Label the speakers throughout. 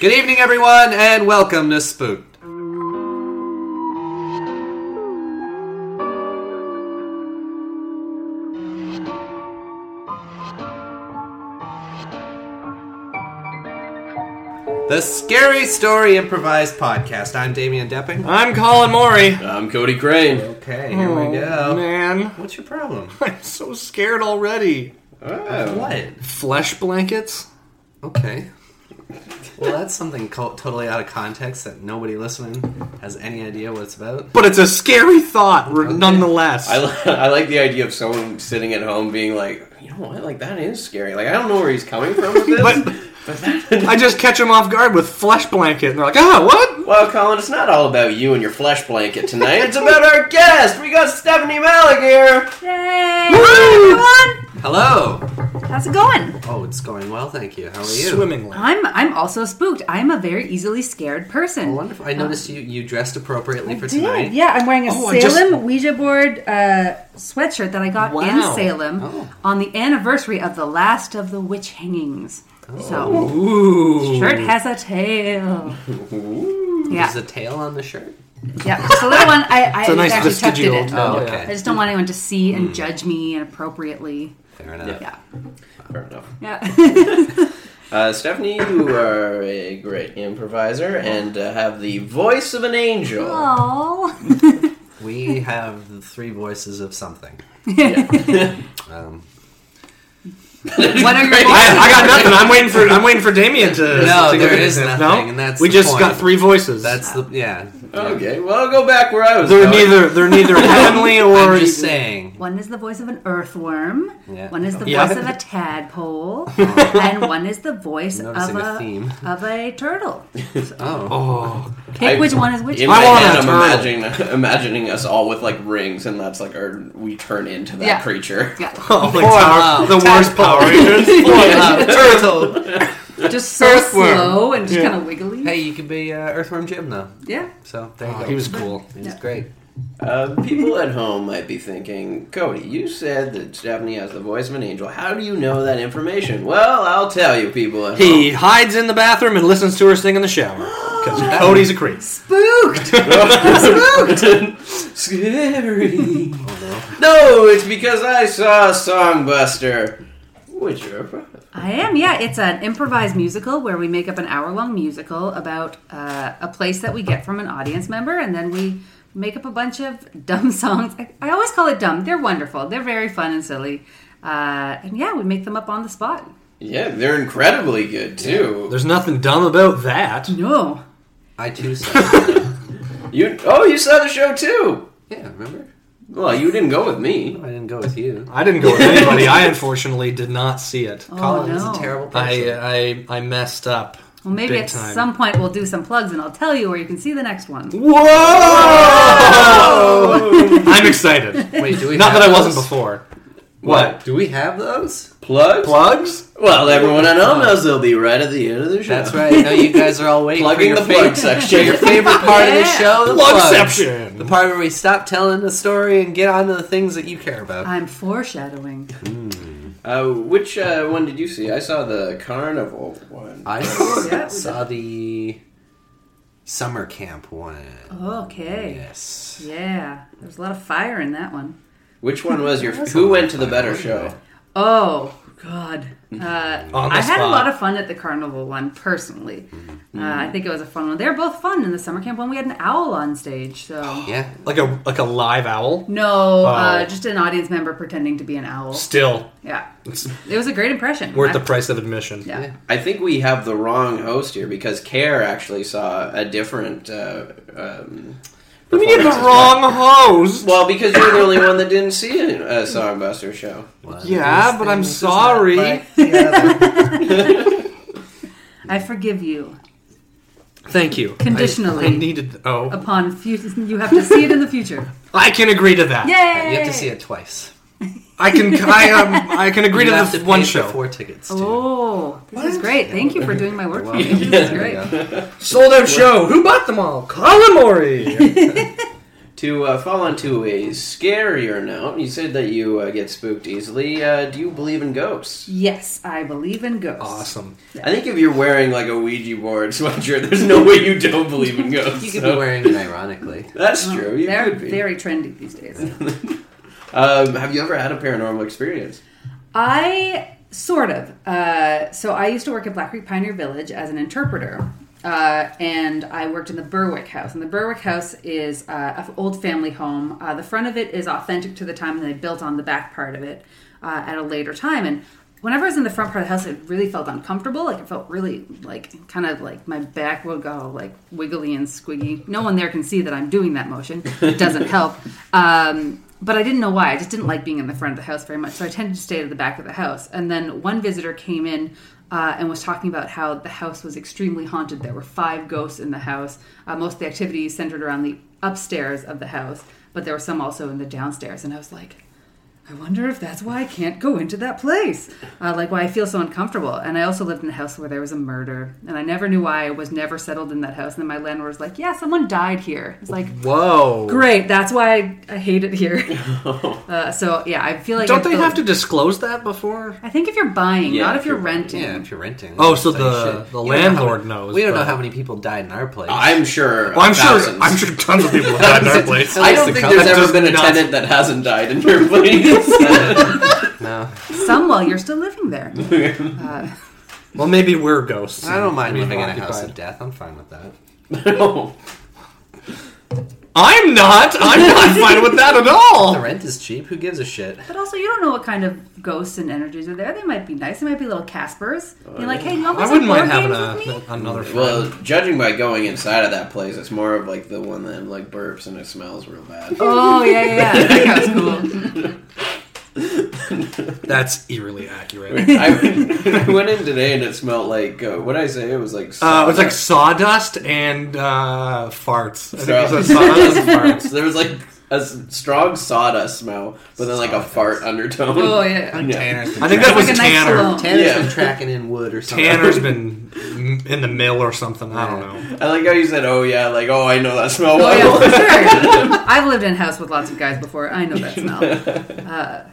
Speaker 1: Good evening, everyone, and welcome to Spooked. The Scary Story Improvised Podcast. I'm Damian Depping.
Speaker 2: I'm Colin Mori.
Speaker 3: I'm Cody Crane.
Speaker 1: Okay, here we
Speaker 2: Oh,
Speaker 1: go.
Speaker 2: man.
Speaker 1: What's your problem?
Speaker 2: I'm so scared already.
Speaker 3: Oh.
Speaker 1: What?
Speaker 2: Flesh blankets?
Speaker 1: Okay. Well, that's something co- totally out of context that nobody listening has any idea what it's about.
Speaker 2: But it's a scary thought, re- nonetheless.
Speaker 3: I, li- I like the idea of someone sitting at home being like, you know what, like that is scary. Like I don't know where he's coming from with this.
Speaker 2: but I just catch them off guard with flesh blanket, and they're like, ah, what?
Speaker 3: well, Colin, it's not all about you and your flesh blanket tonight. it's about our guest. We got Stephanie Malik here.
Speaker 4: Yay!
Speaker 2: Woo!
Speaker 4: Everyone,
Speaker 1: Hello!
Speaker 4: how's it going?
Speaker 1: Oh, it's going well, thank you. How are you?
Speaker 2: Swimmingly.
Speaker 4: I'm I'm also spooked. I'm a very easily scared person.
Speaker 1: Oh, wonderful. I noticed you, you dressed appropriately for
Speaker 4: Dude,
Speaker 1: tonight.
Speaker 4: yeah, I'm wearing a
Speaker 2: Oh, I
Speaker 4: Salem
Speaker 2: just-
Speaker 4: Ouija board uh, sweatshirt that I got in
Speaker 2: Wow.
Speaker 4: Salem
Speaker 1: Oh.
Speaker 4: on the anniversary of the last of the witch hangings. So
Speaker 2: Ooh.
Speaker 4: shirt has a tail. yeah,
Speaker 1: There's a tail on the shirt.
Speaker 4: yeah, just a little one. I, I
Speaker 2: It's a nice
Speaker 4: Oh, actually tucked
Speaker 2: vestigial.
Speaker 4: it in.
Speaker 1: Oh,
Speaker 2: yeah.
Speaker 1: okay.
Speaker 4: I just don't want anyone to see
Speaker 1: Mm.
Speaker 4: and judge me inappropriately.
Speaker 1: Fair enough.
Speaker 4: Yeah,
Speaker 3: Fair enough.
Speaker 4: yeah.
Speaker 3: Uh, Stephanie, you are a great improviser and uh, have the voice of an angel.
Speaker 4: Aww.
Speaker 1: We have the three voices of something.
Speaker 3: Yeah.
Speaker 1: Um,
Speaker 4: What are your
Speaker 2: I, I got nothing. I'm waiting for I'm waiting for Damien to.
Speaker 1: No,
Speaker 2: to
Speaker 1: there
Speaker 2: get
Speaker 1: is
Speaker 2: it.
Speaker 1: nothing,
Speaker 2: No?
Speaker 1: and that's
Speaker 2: we
Speaker 1: the
Speaker 2: just
Speaker 1: point.
Speaker 2: got three voices.
Speaker 1: that's the yeah.
Speaker 3: okay. Well, I'll go back where I was.
Speaker 2: they're
Speaker 3: going.
Speaker 2: neither they're neither heavenly or
Speaker 1: I'm just saying.
Speaker 4: One is the voice of an earthworm.
Speaker 1: Yeah.
Speaker 4: One is the
Speaker 2: Yeah.
Speaker 4: voice of a tadpole, and one is the voice of
Speaker 1: Noticing a
Speaker 4: a,
Speaker 1: theme.
Speaker 4: of a turtle.
Speaker 1: Oh,
Speaker 2: Oh,
Speaker 4: Pick
Speaker 3: I-
Speaker 4: which one is which.
Speaker 3: In
Speaker 2: I
Speaker 3: my
Speaker 2: want
Speaker 3: head,
Speaker 2: a
Speaker 3: I'm
Speaker 2: turtle.
Speaker 3: imagining, imagining us all with like rings, and that's like our we turn into that
Speaker 4: Yeah.
Speaker 3: creature.
Speaker 4: Yeah,
Speaker 2: oh like
Speaker 1: love.
Speaker 2: Power- the worst Power Rangers.
Speaker 1: Uh, turtle.
Speaker 4: just so
Speaker 2: Earthworm.
Speaker 4: slow and just
Speaker 2: Yeah.
Speaker 4: kind of wiggly.
Speaker 1: Hey, you could be uh, Earthworm Jim though.
Speaker 4: Yeah,
Speaker 1: So there you
Speaker 2: Oh,
Speaker 1: go.
Speaker 2: he was cool.
Speaker 1: He was
Speaker 4: Yeah.
Speaker 1: great.
Speaker 3: Uh, people at home might be thinking, Cody, you said that Stephanie has the voice of an angel. How do you know that information? Well, I'll tell you, people at
Speaker 2: He
Speaker 3: home.
Speaker 2: hides in the bathroom and listens to her sing in the shower. Because Cody's a creep.
Speaker 4: spooked.
Speaker 3: Scary. No, it's because I saw Songbuster. Which you're a pro-
Speaker 4: I am. Yeah, it's an improvised musical where we make up an hour-long musical about uh, a place that we get from an audience member, and then we make up a bunch of dumb songs. I, I always call it dumb. They're wonderful. They're very fun and silly. Uh, and yeah, we make them up on the spot.
Speaker 3: Yeah, they're incredibly good too.
Speaker 2: There's nothing dumb about that.
Speaker 4: No.
Speaker 1: I too saw.
Speaker 3: You oh, you saw the show too.
Speaker 1: yeah, remember?
Speaker 3: Well, you didn't go with me.
Speaker 1: No, I didn't go with you.
Speaker 2: I didn't go with anybody. I unfortunately did not see it.
Speaker 1: Colin
Speaker 4: oh,
Speaker 1: is a
Speaker 4: no.
Speaker 1: terrible person.
Speaker 2: I, uh, I I messed up.
Speaker 4: Well, maybe
Speaker 2: big
Speaker 4: at
Speaker 2: time.
Speaker 4: some point we'll do some plugs and I'll tell you where you can see the next one.
Speaker 2: Whoa! I'm excited.
Speaker 1: Wait, do we?
Speaker 2: Not
Speaker 1: have
Speaker 2: that I wasn't
Speaker 1: those?
Speaker 2: before. What?
Speaker 1: Do we have those?
Speaker 3: Plugs?
Speaker 2: Plugs?
Speaker 3: Well, everyone at home knows they'll be right at the end of the show.
Speaker 1: That's right. No, you guys are all waiting
Speaker 3: Plugging
Speaker 1: for your
Speaker 3: the plug
Speaker 1: favorite
Speaker 3: section.
Speaker 1: Your favorite part of the
Speaker 4: Yeah.
Speaker 1: show, the plugs. The
Speaker 2: Plugception.
Speaker 1: part where we stop telling the story and get on to the things that you care about.
Speaker 4: I'm foreshadowing.
Speaker 3: Uh, which uh, one did you see? I saw the carnival one.
Speaker 1: I
Speaker 4: Yeah.
Speaker 1: saw the summer camp one.
Speaker 4: Okay.
Speaker 1: Yes.
Speaker 4: Yeah. There was a lot of fire in that one.
Speaker 3: Which one was your? Who went to the better show?
Speaker 4: Oh, God. Uh,
Speaker 2: On the
Speaker 4: I had a
Speaker 2: spot.
Speaker 4: lot of fun at the carnival one, personally. Uh, I think it was a fun one. They were both fun in the summer camp one. We had an owl on stage, so.
Speaker 1: Yeah.
Speaker 2: Like a like a live owl.
Speaker 4: No, uh,
Speaker 2: Oh.
Speaker 4: just an audience member pretending to be an owl.
Speaker 2: Still
Speaker 4: Yeah.
Speaker 2: it's
Speaker 4: It was a great impression.
Speaker 2: worth the
Speaker 4: I-
Speaker 2: price of admission.
Speaker 4: Yeah.
Speaker 1: Yeah.
Speaker 3: I think we have the wrong host here because Care actually saw a different. Uh, um,
Speaker 2: We need the
Speaker 3: performance as
Speaker 2: wrong host.
Speaker 3: Well, because you're the only one that didn't see a, a Songbuster show.
Speaker 1: One
Speaker 2: Yeah,
Speaker 1: of these
Speaker 2: but I'm
Speaker 1: things is
Speaker 2: sorry.
Speaker 1: not like the other.
Speaker 4: I forgive you.
Speaker 2: Thank you. I-
Speaker 4: Conditionally.
Speaker 2: I, needed. Oh,
Speaker 4: Upon future, you have to see it in the future.
Speaker 2: I can agree to that.
Speaker 4: Yay!
Speaker 1: you have to see it twice.
Speaker 2: I can. I um. I can agree
Speaker 1: You
Speaker 2: to
Speaker 1: have
Speaker 2: this
Speaker 1: to
Speaker 2: one
Speaker 1: pay for
Speaker 2: show.
Speaker 1: four tickets. Too.
Speaker 4: Oh, this is great. Thank you for doing my work for me. This is
Speaker 1: There you
Speaker 4: great.
Speaker 1: go.
Speaker 2: Sold out show. Who bought them all? Colin Mori.
Speaker 3: To uh, fall onto a scarier note, you said that you uh, get spooked easily. Uh, do you believe in ghosts?
Speaker 4: Yes, I believe in ghosts.
Speaker 2: Awesome.
Speaker 3: I think if you're wearing like a Ouija board sweatshirt, there's no way you don't believe in ghosts.
Speaker 1: You could be
Speaker 3: so-
Speaker 1: wearing it ironically.
Speaker 3: That's true. You
Speaker 4: They're
Speaker 3: could be.
Speaker 4: very trendy these days.
Speaker 3: Um, have you ever had a paranormal experience?
Speaker 4: I sort of. Uh, so I used to work at Black Creek Pioneer Village as an interpreter. Uh, and I worked in the Berwick House, and the Berwick House is uh, an old family home. Uh, the front of it is authentic to the time, and they built on the back part of it uh, at a later time. And whenever I was in the front part of the house, it really felt uncomfortable. Like it felt really like kind of like my back would go like wiggly and squiggy. No one there can see that I'm doing that motion. It doesn't help. Um, but I didn't know why. I just didn't like being in the front of the house very much, so I tended to stay at the back of the house. And then one visitor came in uh, and was talking about how the house was extremely haunted. There were five ghosts in the house. Uh, most of the activity centered around the upstairs of the house, but there were some also in the downstairs. And I was like, I wonder if that's why I can't go into that place. Uh, like, why I feel so uncomfortable. And I also lived in a house where there was a murder, and I never knew why. I was never settled in that house. And then my landlord was like, Yeah, someone died here. It's like,
Speaker 2: Whoa.
Speaker 4: Great. That's why I, I hate it here. uh, so yeah, I feel like
Speaker 2: Don't
Speaker 4: I
Speaker 2: they
Speaker 4: feel-
Speaker 2: have to disclose that before?
Speaker 4: I think if you're buying,
Speaker 3: Yeah,
Speaker 4: not if
Speaker 3: if
Speaker 4: you're
Speaker 3: you're buying,
Speaker 4: renting.
Speaker 1: Yeah, if you're renting.
Speaker 2: Oh, so
Speaker 1: Like,
Speaker 2: the-
Speaker 1: shit.
Speaker 2: the
Speaker 1: You don't know how
Speaker 2: landlord
Speaker 1: many-
Speaker 2: knows,
Speaker 1: We don't know
Speaker 2: but-
Speaker 1: how many people died in our place.
Speaker 3: I'm sure.
Speaker 2: Well, I'm sure.
Speaker 3: thousands.
Speaker 2: I'm sure tons of people have died in our place.
Speaker 3: I
Speaker 1: least
Speaker 3: don't
Speaker 1: the
Speaker 3: think
Speaker 1: couple.
Speaker 3: there's
Speaker 2: That's
Speaker 3: ever
Speaker 2: just
Speaker 3: been a
Speaker 2: nuts.
Speaker 3: tenant that hasn't died in your place.
Speaker 1: no,
Speaker 4: Some while you're still living there. Uh,
Speaker 2: Well, maybe we're ghosts.
Speaker 1: I don't mind
Speaker 2: We've
Speaker 1: living in a house
Speaker 2: occupied.
Speaker 1: of death. I'm fine with that.
Speaker 3: no.
Speaker 2: I'm not. I'm not fine with that at
Speaker 1: The
Speaker 2: all.
Speaker 1: rent is cheap. Who gives a shit?
Speaker 4: but also, you don't know what kind of ghosts and energies are there. They might be nice. They might be little Caspers. You're like, hey, you want to
Speaker 2: Uh, I
Speaker 4: play
Speaker 2: wouldn't
Speaker 4: some board
Speaker 2: mind having
Speaker 4: games with me?
Speaker 2: a, another friend.
Speaker 3: Well, judging by going inside of that place, it's more of like the one that like burps and it smells real bad.
Speaker 4: Oh yeah, yeah, yeah. That sounds cool.
Speaker 2: That's eerily accurate.
Speaker 3: I, I went in today and it smelled like uh, what I say. It was like
Speaker 2: Uh, it was like
Speaker 3: sawdust.
Speaker 2: sawdust and uh, farts. I think it said
Speaker 3: Sawdust
Speaker 2: sawdust and
Speaker 3: and
Speaker 2: farts.
Speaker 3: farts. There was like a s- strong sawdust smell, but then like a fart undertone.
Speaker 4: Oh yeah.
Speaker 3: Yeah.
Speaker 1: Tanner's
Speaker 2: I think that was
Speaker 4: Like a nice
Speaker 2: Tanner.
Speaker 4: cologne.
Speaker 1: Tanner's
Speaker 3: Yeah.
Speaker 1: been tracking in wood or something.
Speaker 2: Tanner's been m- in the mill or something. I don't know.
Speaker 3: I like how you said, "Oh yeah," like "Oh, I know that smell."
Speaker 4: Oh yeah, for sure. I've lived in a house with lots of guys before. I know that smell. Uh,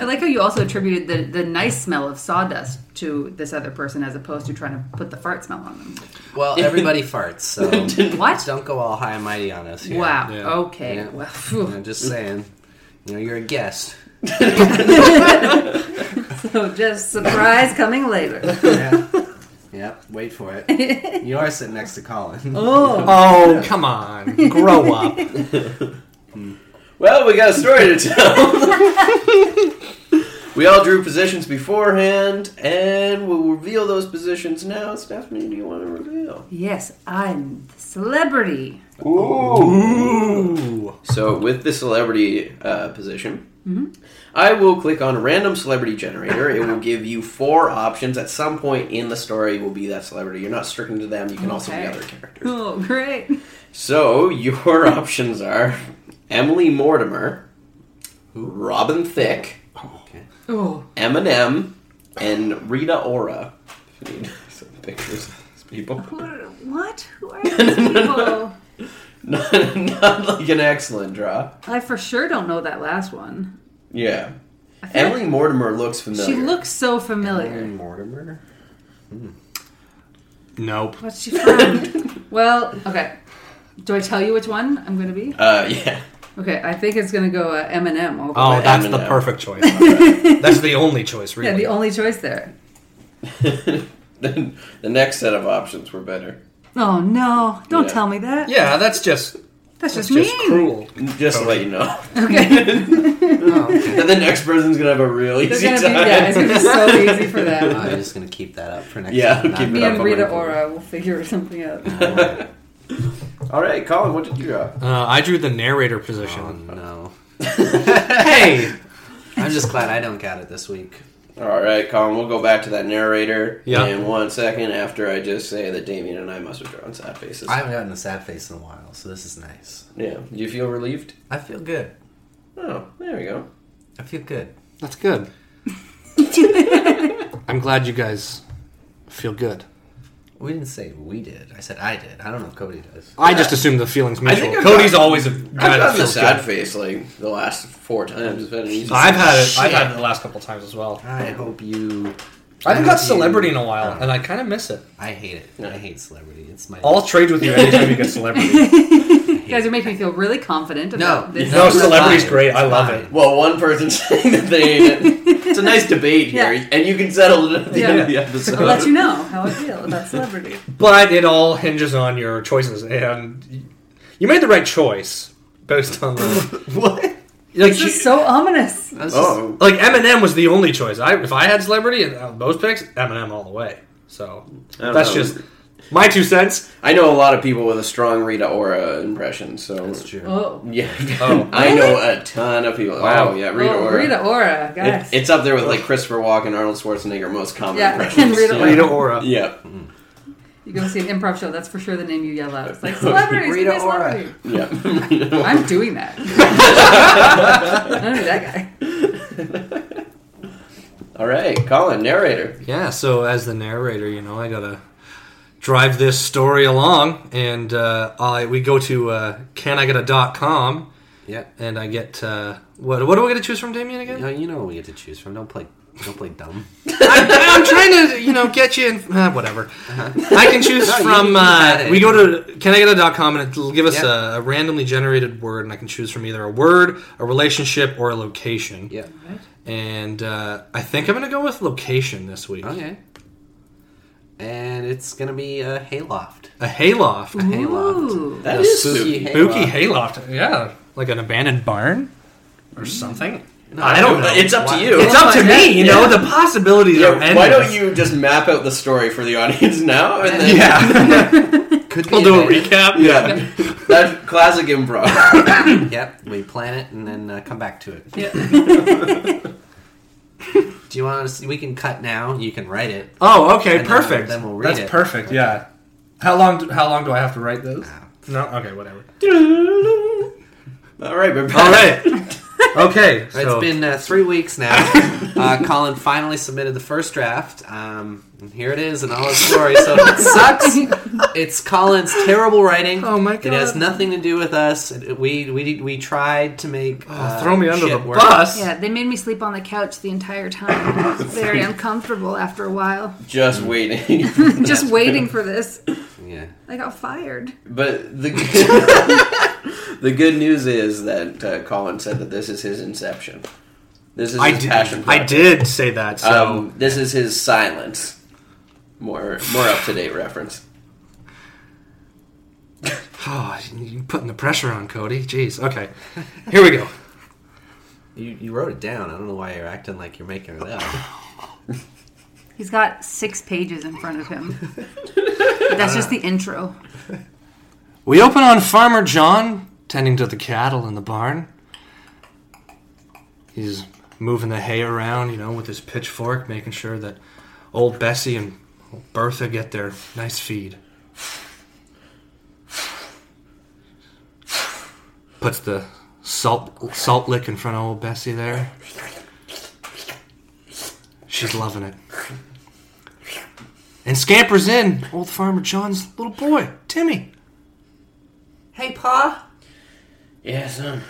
Speaker 4: I like how you also attributed the, the nice smell of sawdust to this other person as opposed to trying to put the fart smell on them.
Speaker 1: Well, everybody farts, so
Speaker 4: What?
Speaker 1: don't go all high and mighty on us. Here.
Speaker 4: Wow.
Speaker 2: Yeah.
Speaker 4: Okay.
Speaker 1: Yeah.
Speaker 4: Well,
Speaker 1: I'm just saying. You know, you're a guest.
Speaker 4: so just surprise coming later.
Speaker 1: Yeah. yep. Wait for it. You are sitting next to Colin.
Speaker 4: Oh.
Speaker 2: Oh, come on. Grow up.
Speaker 3: Well, we got a story to tell. we all drew positions beforehand, and we'll reveal those positions now. Stephanie, do you want to reveal?
Speaker 4: Yes, I'm the celebrity.
Speaker 2: Ooh.
Speaker 3: So, with the celebrity uh, position, I will click on random celebrity generator. It will give you four options. At some point in the story, will be that celebrity. You're not stricken to them. You can also be
Speaker 4: Okay.
Speaker 3: other characters.
Speaker 4: Oh, great.
Speaker 3: So, your options are Emily Mortimer, Robin Thicke,
Speaker 4: Oh.
Speaker 3: Eminem, and Rita Ora. We need some pictures of these people.
Speaker 4: What? Who are these people?
Speaker 3: not, not like an excellent draw.
Speaker 4: I for sure don't know that last one.
Speaker 3: Yeah.
Speaker 4: I feel
Speaker 3: Emily Mortimer looks
Speaker 4: like
Speaker 3: familiar.
Speaker 4: she looks so familiar.
Speaker 1: Colin Mortimer.
Speaker 2: Nope.
Speaker 4: What's she from? well, okay. Do I tell you which one I'm going to be?
Speaker 3: Uh, yeah.
Speaker 4: Okay, I think it's going to go uh, Eminem. Over
Speaker 2: Oh,
Speaker 4: with.
Speaker 2: that's the
Speaker 3: Eminem.
Speaker 2: perfect choice. that's the only choice, really.
Speaker 4: yeah, the only choice there.
Speaker 3: then the next set of options were better.
Speaker 4: Oh no! Don't
Speaker 3: Yeah.
Speaker 4: tell me that.
Speaker 2: Yeah, that's just
Speaker 4: that's
Speaker 2: that's
Speaker 4: just
Speaker 2: just
Speaker 4: mean.
Speaker 2: cruel.
Speaker 3: Just to let you know.
Speaker 4: Okay,
Speaker 3: And the next person's gonna have a real
Speaker 4: it's
Speaker 3: easy
Speaker 4: gonna
Speaker 3: time.
Speaker 4: be yeah, it's gonna be so easy for them.
Speaker 1: I'm just gonna keep that up for next.
Speaker 3: Yeah,
Speaker 1: time, not
Speaker 3: keep it
Speaker 4: Me
Speaker 1: be
Speaker 3: up.
Speaker 4: and
Speaker 1: able
Speaker 4: Rita
Speaker 1: to-
Speaker 4: Ora will figure something out.
Speaker 3: All right, Colin, what did you draw?
Speaker 2: Uh, I drew the narrator
Speaker 1: Oh
Speaker 2: position.
Speaker 1: no!
Speaker 2: hey.
Speaker 1: I'm just glad I don't got it this week.
Speaker 3: All right, Colin, we'll go back to that narrator
Speaker 2: Yeah.
Speaker 3: in one second after I just say that Damien and I must have drawn sad faces.
Speaker 1: I haven't gotten a sad face in a while, so this is nice.
Speaker 3: yeah. Do you feel relieved?
Speaker 1: I feel good.
Speaker 3: Oh, there we go.
Speaker 1: I feel good.
Speaker 2: That's good. I'm glad you guys feel good.
Speaker 1: We didn't say we did. I said I did. I don't know if Cody does.
Speaker 2: I just assume the feeling's mutual.
Speaker 3: think I've
Speaker 2: Cody's
Speaker 3: got-
Speaker 2: always a
Speaker 3: I've
Speaker 2: guy that
Speaker 3: gotten the
Speaker 2: feels
Speaker 3: sad
Speaker 2: good.
Speaker 3: face like the last four times. It's been an easy-
Speaker 2: I've had it. I've
Speaker 3: Shit.
Speaker 2: had it the last couple times as well.
Speaker 1: I hope you.
Speaker 2: I haven't
Speaker 1: hope
Speaker 2: got celebrity
Speaker 1: you-
Speaker 2: in a while, and I kind of miss it.
Speaker 1: I hate it. I hate celebrity. It's my.
Speaker 2: I'll trade with you anytime you get celebrity.
Speaker 4: You guys are making me feel really confident
Speaker 1: no,
Speaker 4: about this.
Speaker 2: No,
Speaker 1: it's
Speaker 2: celebrity's
Speaker 1: fine.
Speaker 2: great. I
Speaker 1: It's
Speaker 2: love
Speaker 1: fine.
Speaker 2: it.
Speaker 3: Well, one person saying that they ain't it. It's a nice debate here,
Speaker 4: Yeah.
Speaker 3: and you can settle it at the
Speaker 4: Yeah.
Speaker 3: end of the episode.
Speaker 4: I'll let you know how I feel about celebrity.
Speaker 2: But it all hinges on your choices, and you made the right choice based on the
Speaker 1: What?
Speaker 2: like.
Speaker 4: This
Speaker 2: you-
Speaker 4: is so ominous.
Speaker 1: That's just-
Speaker 3: Oh,
Speaker 2: like Eminem was the only choice. I if I had celebrity and uh, those picks, Eminem all the way. So
Speaker 3: don't
Speaker 2: that's
Speaker 3: know.
Speaker 2: just my two cents.
Speaker 3: I know a lot of people with a strong Rita Ora impression, so
Speaker 1: that's true.
Speaker 4: Oh.
Speaker 3: yeah,
Speaker 2: Oh.
Speaker 3: I know a ton of people.
Speaker 2: Wow.
Speaker 3: Oh yeah, Rita
Speaker 4: oh,
Speaker 3: Ora.
Speaker 4: Rita Ora,
Speaker 3: It-
Speaker 4: guys.
Speaker 3: it's up there with like Christopher Walken, Arnold Schwarzenegger, most common
Speaker 4: Yeah,
Speaker 3: impressions.
Speaker 4: and Rita
Speaker 3: yeah.
Speaker 2: Rita Ora.
Speaker 3: Yeah,
Speaker 4: you go see an improv show, that's for sure the name you yell out. It's like, celebrities,
Speaker 1: Rita
Speaker 4: Rita
Speaker 1: Ora.
Speaker 4: celebrity.
Speaker 3: yeah.
Speaker 4: I'm doing that. I don't know that guy.
Speaker 3: All right, Colin, narrator.
Speaker 2: Yeah. So as the narrator, you know, I gotta drive this story along, and uh, I we go to uh, can I get a dot com,
Speaker 1: Yeah.
Speaker 2: and I get uh, what what do I get to choose from, Damien again?
Speaker 1: No, you know what we get to choose from. Don't play. Don't play dumb.
Speaker 2: I, I'm trying to, you know, get you in. Uh, whatever. I can choose
Speaker 1: Uh-huh. No, you-
Speaker 2: from.
Speaker 1: you had
Speaker 2: Uh,
Speaker 1: it.
Speaker 2: we go to can I get a dot com and it'll give us
Speaker 1: Yeah.
Speaker 2: a, a randomly generated word, and I can choose from either a word, a relationship, or a location.
Speaker 1: Yeah.
Speaker 2: And uh, I think I'm gonna go with location this week.
Speaker 1: Okay. And it's gonna be a hayloft.
Speaker 2: A hayloft. A hay-
Speaker 1: Hayloft.
Speaker 4: Ooh.
Speaker 3: That
Speaker 1: A
Speaker 3: is spooky.
Speaker 2: Spooky hayloft. Yeah, like an abandoned barn or something.
Speaker 1: No,
Speaker 2: I don't know.
Speaker 3: It's up to
Speaker 1: Why-
Speaker 3: you.
Speaker 2: It's up to
Speaker 4: Yeah.
Speaker 2: me. You know
Speaker 3: Yeah.
Speaker 2: the possibilities are
Speaker 3: Yeah,
Speaker 2: endless.
Speaker 3: why don't you just map out the story for the audience now? And then,
Speaker 2: Yeah,
Speaker 1: Could be
Speaker 2: we'll do a
Speaker 1: abandoned.
Speaker 2: recap.
Speaker 3: yeah. That's classic improv.
Speaker 1: Yep, we plan it and then uh, come back to it.
Speaker 4: Yeah.
Speaker 1: Do you want to? We can cut now. You can write it.
Speaker 2: Oh, okay,
Speaker 1: And then we'll-
Speaker 2: perfect.
Speaker 1: then we'll read
Speaker 2: That's
Speaker 1: it.
Speaker 2: perfect. Yeah. How long? Do, how long do I have to write this?
Speaker 1: Ah.
Speaker 2: No. Okay. Whatever.
Speaker 3: All right, we're back.
Speaker 2: All right. okay.
Speaker 1: It's
Speaker 2: So
Speaker 1: been uh, three weeks now. Uh, Colin finally submitted the first draft. Um, and here it is in all its glory. So if it sucks. It's Colin's terrible writing.
Speaker 2: Oh my
Speaker 1: It has
Speaker 2: God.
Speaker 1: nothing to do with us. It- We we we tried to make uh,
Speaker 2: Oh, throw me under the
Speaker 1: shit work.
Speaker 2: bus.
Speaker 4: yeah, they made me sleep on the couch the entire time. It was very uncomfortable after a while.
Speaker 3: Just waiting.
Speaker 4: Just waiting for this.
Speaker 1: Yeah.
Speaker 4: I got fired.
Speaker 3: But the good, the good news is that uh, Colin said that this is his inception. This is
Speaker 2: I
Speaker 3: his
Speaker 2: did.
Speaker 3: passion.
Speaker 2: I
Speaker 3: project.
Speaker 2: did say that. So
Speaker 3: Um, this is his silence. More more up to date reference.
Speaker 2: oh,
Speaker 1: Um,
Speaker 2: you're putting the pressure on Cody. Jeez. Okay. Here we go.
Speaker 1: You, you wrote it down. I don't know why you're acting like you're making it up.
Speaker 4: He's got six pages in front of him. That's just the intro.
Speaker 2: We open on Farmer John tending to the cattle in the barn. He's moving the hay around, you know, with his pitchfork, making sure that old Bessie and old Bertha get their nice feed. Puts the salt salt lick in front of old Bessie there. She's loving it. And scampers in old Farmer John's little boy, Timmy.
Speaker 1: Hey, Pa,
Speaker 3: Yeah, son.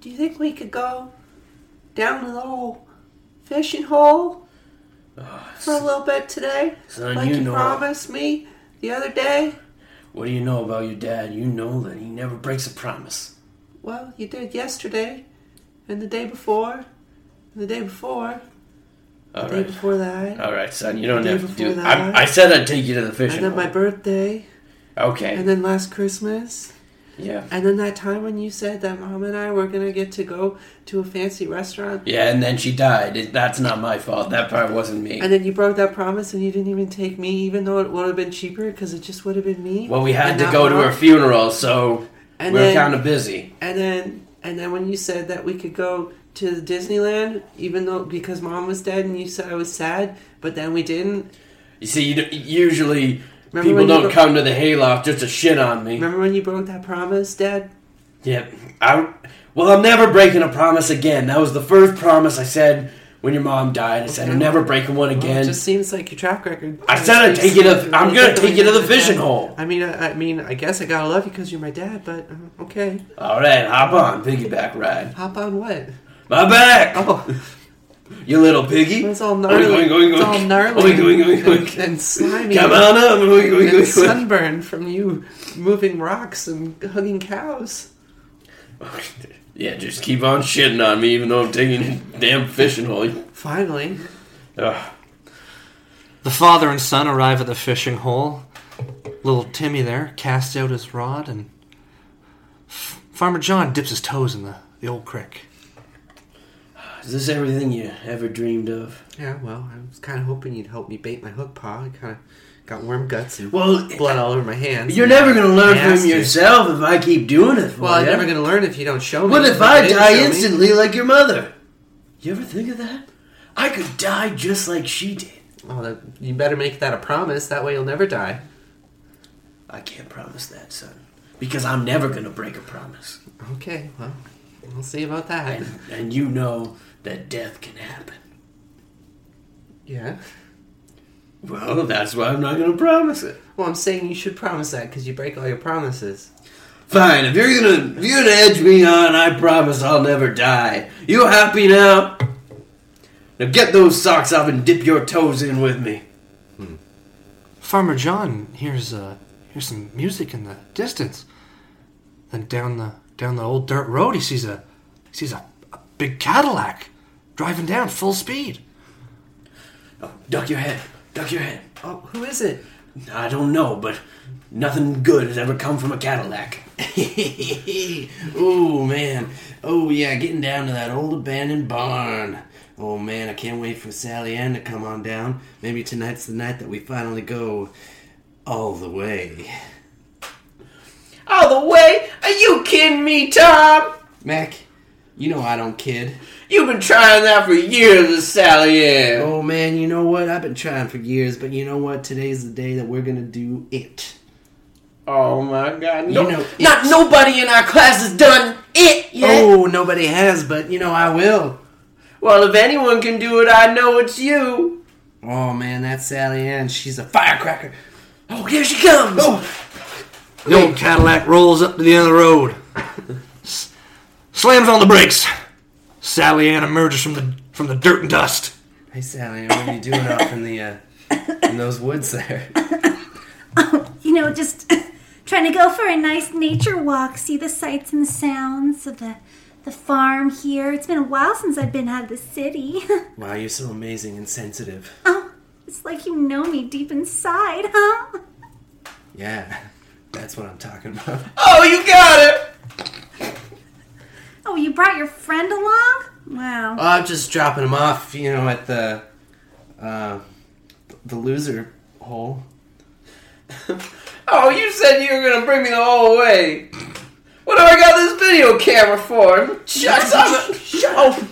Speaker 1: do you think we could go down to the old fishing hole for a little bit today?
Speaker 3: Oh, Son,
Speaker 1: like
Speaker 3: you
Speaker 1: you
Speaker 3: know-
Speaker 1: promised me the other day?
Speaker 3: What do you know about your dad? You know that he never breaks a promise.
Speaker 1: Well, you did yesterday, and the day before, and the day before,
Speaker 3: All
Speaker 1: the day
Speaker 3: right,
Speaker 1: before that,
Speaker 3: all right, son. You don't
Speaker 1: Day
Speaker 3: have to
Speaker 1: before
Speaker 3: do.
Speaker 1: that.
Speaker 3: I, I said I'd take you to the fishing.
Speaker 1: and then my
Speaker 3: hole.
Speaker 1: birthday,
Speaker 3: okay.
Speaker 1: and then last Christmas,
Speaker 3: yeah.
Speaker 1: and then that time when you said that Mom and I were gonna get to go to a fancy restaurant.
Speaker 3: Yeah, and then she died. It- That's not my fault. That part wasn't me.
Speaker 1: And then you broke that promise, and you didn't even take me, even though it would have been cheaper because it just would have been me.
Speaker 3: Well, we had
Speaker 1: and
Speaker 3: to
Speaker 1: not
Speaker 3: go to
Speaker 1: Mom.
Speaker 3: her funeral, so
Speaker 1: And
Speaker 3: we were
Speaker 1: then-
Speaker 3: kind of busy.
Speaker 1: And then, and then when you said that we could go to Disneyland, even though because Mom was dead, and you said I was sad, but then we didn't.
Speaker 3: Mm. You see, you d- usually
Speaker 1: Remember
Speaker 3: people
Speaker 1: when you
Speaker 3: don't
Speaker 1: go-
Speaker 3: come to the hayloft just to shit on me.
Speaker 1: Remember when you broke that promise, Dad?
Speaker 3: Yep. I. Well, I'm never breaking a promise again. That was the first promise I said when your mom died. I said, I'm never breaking one
Speaker 1: Well,
Speaker 3: again.
Speaker 1: it just seems like your track record.
Speaker 3: I said I'd take you to- I'm gonna take you to the vision hole.
Speaker 1: I mean, I, I mean, I guess I gotta love you because you're my dad. But uh, okay,
Speaker 3: All right, hop on, piggyback ride.
Speaker 1: hop on what?
Speaker 3: My back,
Speaker 1: Oh,
Speaker 3: you little piggy.
Speaker 1: it's all gnarly.
Speaker 3: Oink, oink, oink,
Speaker 1: It's all
Speaker 3: oink.
Speaker 1: gnarly
Speaker 3: Oink, oink, oink,
Speaker 1: and,
Speaker 3: oink.
Speaker 1: and slimy.
Speaker 3: Come on up. Oink,
Speaker 1: and
Speaker 3: oink, oink, oink.
Speaker 1: sunburn from you moving rocks and hugging cows.
Speaker 3: Yeah, just keep on shitting on me, even though I'm taking a damn fishing hole.
Speaker 1: Finally,
Speaker 3: Ugh.
Speaker 2: The father and son arrive at the fishing hole. Little Timmy there casts out his rod, and F- Farmer John dips his toes in the, the old creek.
Speaker 3: Is this everything you ever dreamed of?
Speaker 1: yeah. Well, I was kind of hoping you'd help me bait my hook paw. I kind of got worm guts and
Speaker 3: Well,
Speaker 1: blood all over my hands.
Speaker 3: you're never gonna learn from
Speaker 1: Nasty.
Speaker 3: yourself if I keep doing it for
Speaker 1: Well, I'm
Speaker 3: you.
Speaker 1: never gonna learn if you don't show me.
Speaker 3: What if
Speaker 1: You
Speaker 3: I
Speaker 1: didn't
Speaker 3: die
Speaker 1: show me.
Speaker 3: instantly like your mother? You ever think of that? I could die just like she did.
Speaker 1: Oh, that, you better make that a promise. That way you'll never die.
Speaker 3: I can't promise that, son. Because I'm never gonna break a promise.
Speaker 1: Okay, well, we'll see about that.
Speaker 3: And, and you know that death can happen.
Speaker 1: Yeah.
Speaker 3: Well, that's why I'm not gonna promise it.
Speaker 1: Well, I'm saying you should promise that because you break all your promises.
Speaker 3: Fine, if you're gonna if you're gonna edge me on, I promise I'll never die. You happy now? Now get those socks off and dip your toes in with me.
Speaker 2: Farmer John hears uh, hears some music in the distance. Then down the down the old dirt road, he sees a he sees a, a big Cadillac driving down full speed.
Speaker 3: Oh, duck your head. Duck your head.
Speaker 1: Oh, who is it?
Speaker 3: I don't know, but nothing good has ever come from a Cadillac. oh man. Oh yeah, getting down to that old abandoned barn. Oh man, I can't wait for Sally Ann to come on down. Maybe tonight's the night that we finally go all the way. All the way? Are you kidding me, Tom? Mac, you know I don't kid. You've been trying that for years, Sally Ann. Oh man, you know what? I've been trying for years, but you know what? Today's the day that we're gonna do it.
Speaker 1: Oh my God!
Speaker 3: No- know,
Speaker 1: not nobody in our class has done it
Speaker 3: Oh, nobody has, but you know I will.
Speaker 1: Well, if anyone can do it, I know it's you.
Speaker 3: Oh man, that's Sally Ann. She's a firecracker. Oh, here she comes. Oh,
Speaker 2: The old Cadillac rolls up to the end of the road, S- slams on the brakes. Sally Ann emerges from the from the dirt and dust.
Speaker 3: hey Sally Ann, what are you doing off in the uh, in those woods there?
Speaker 5: you know, just trying to go for a nice nature walk, see the sights and sounds of the the farm here. It's been a while since I've been out of the city.
Speaker 3: Wow, you're so amazing and sensitive.
Speaker 5: oh, it's like you know me deep inside, huh?
Speaker 3: Yeah, that's what I'm talking about.
Speaker 5: Oh, you brought your friend along? Wow.
Speaker 3: Oh, I'm just dropping them off, you know, at the uh, the loser hole.
Speaker 1: Oh, you said you were gonna bring me the whole way. What do I got this video camera for? Shut up! Shut up!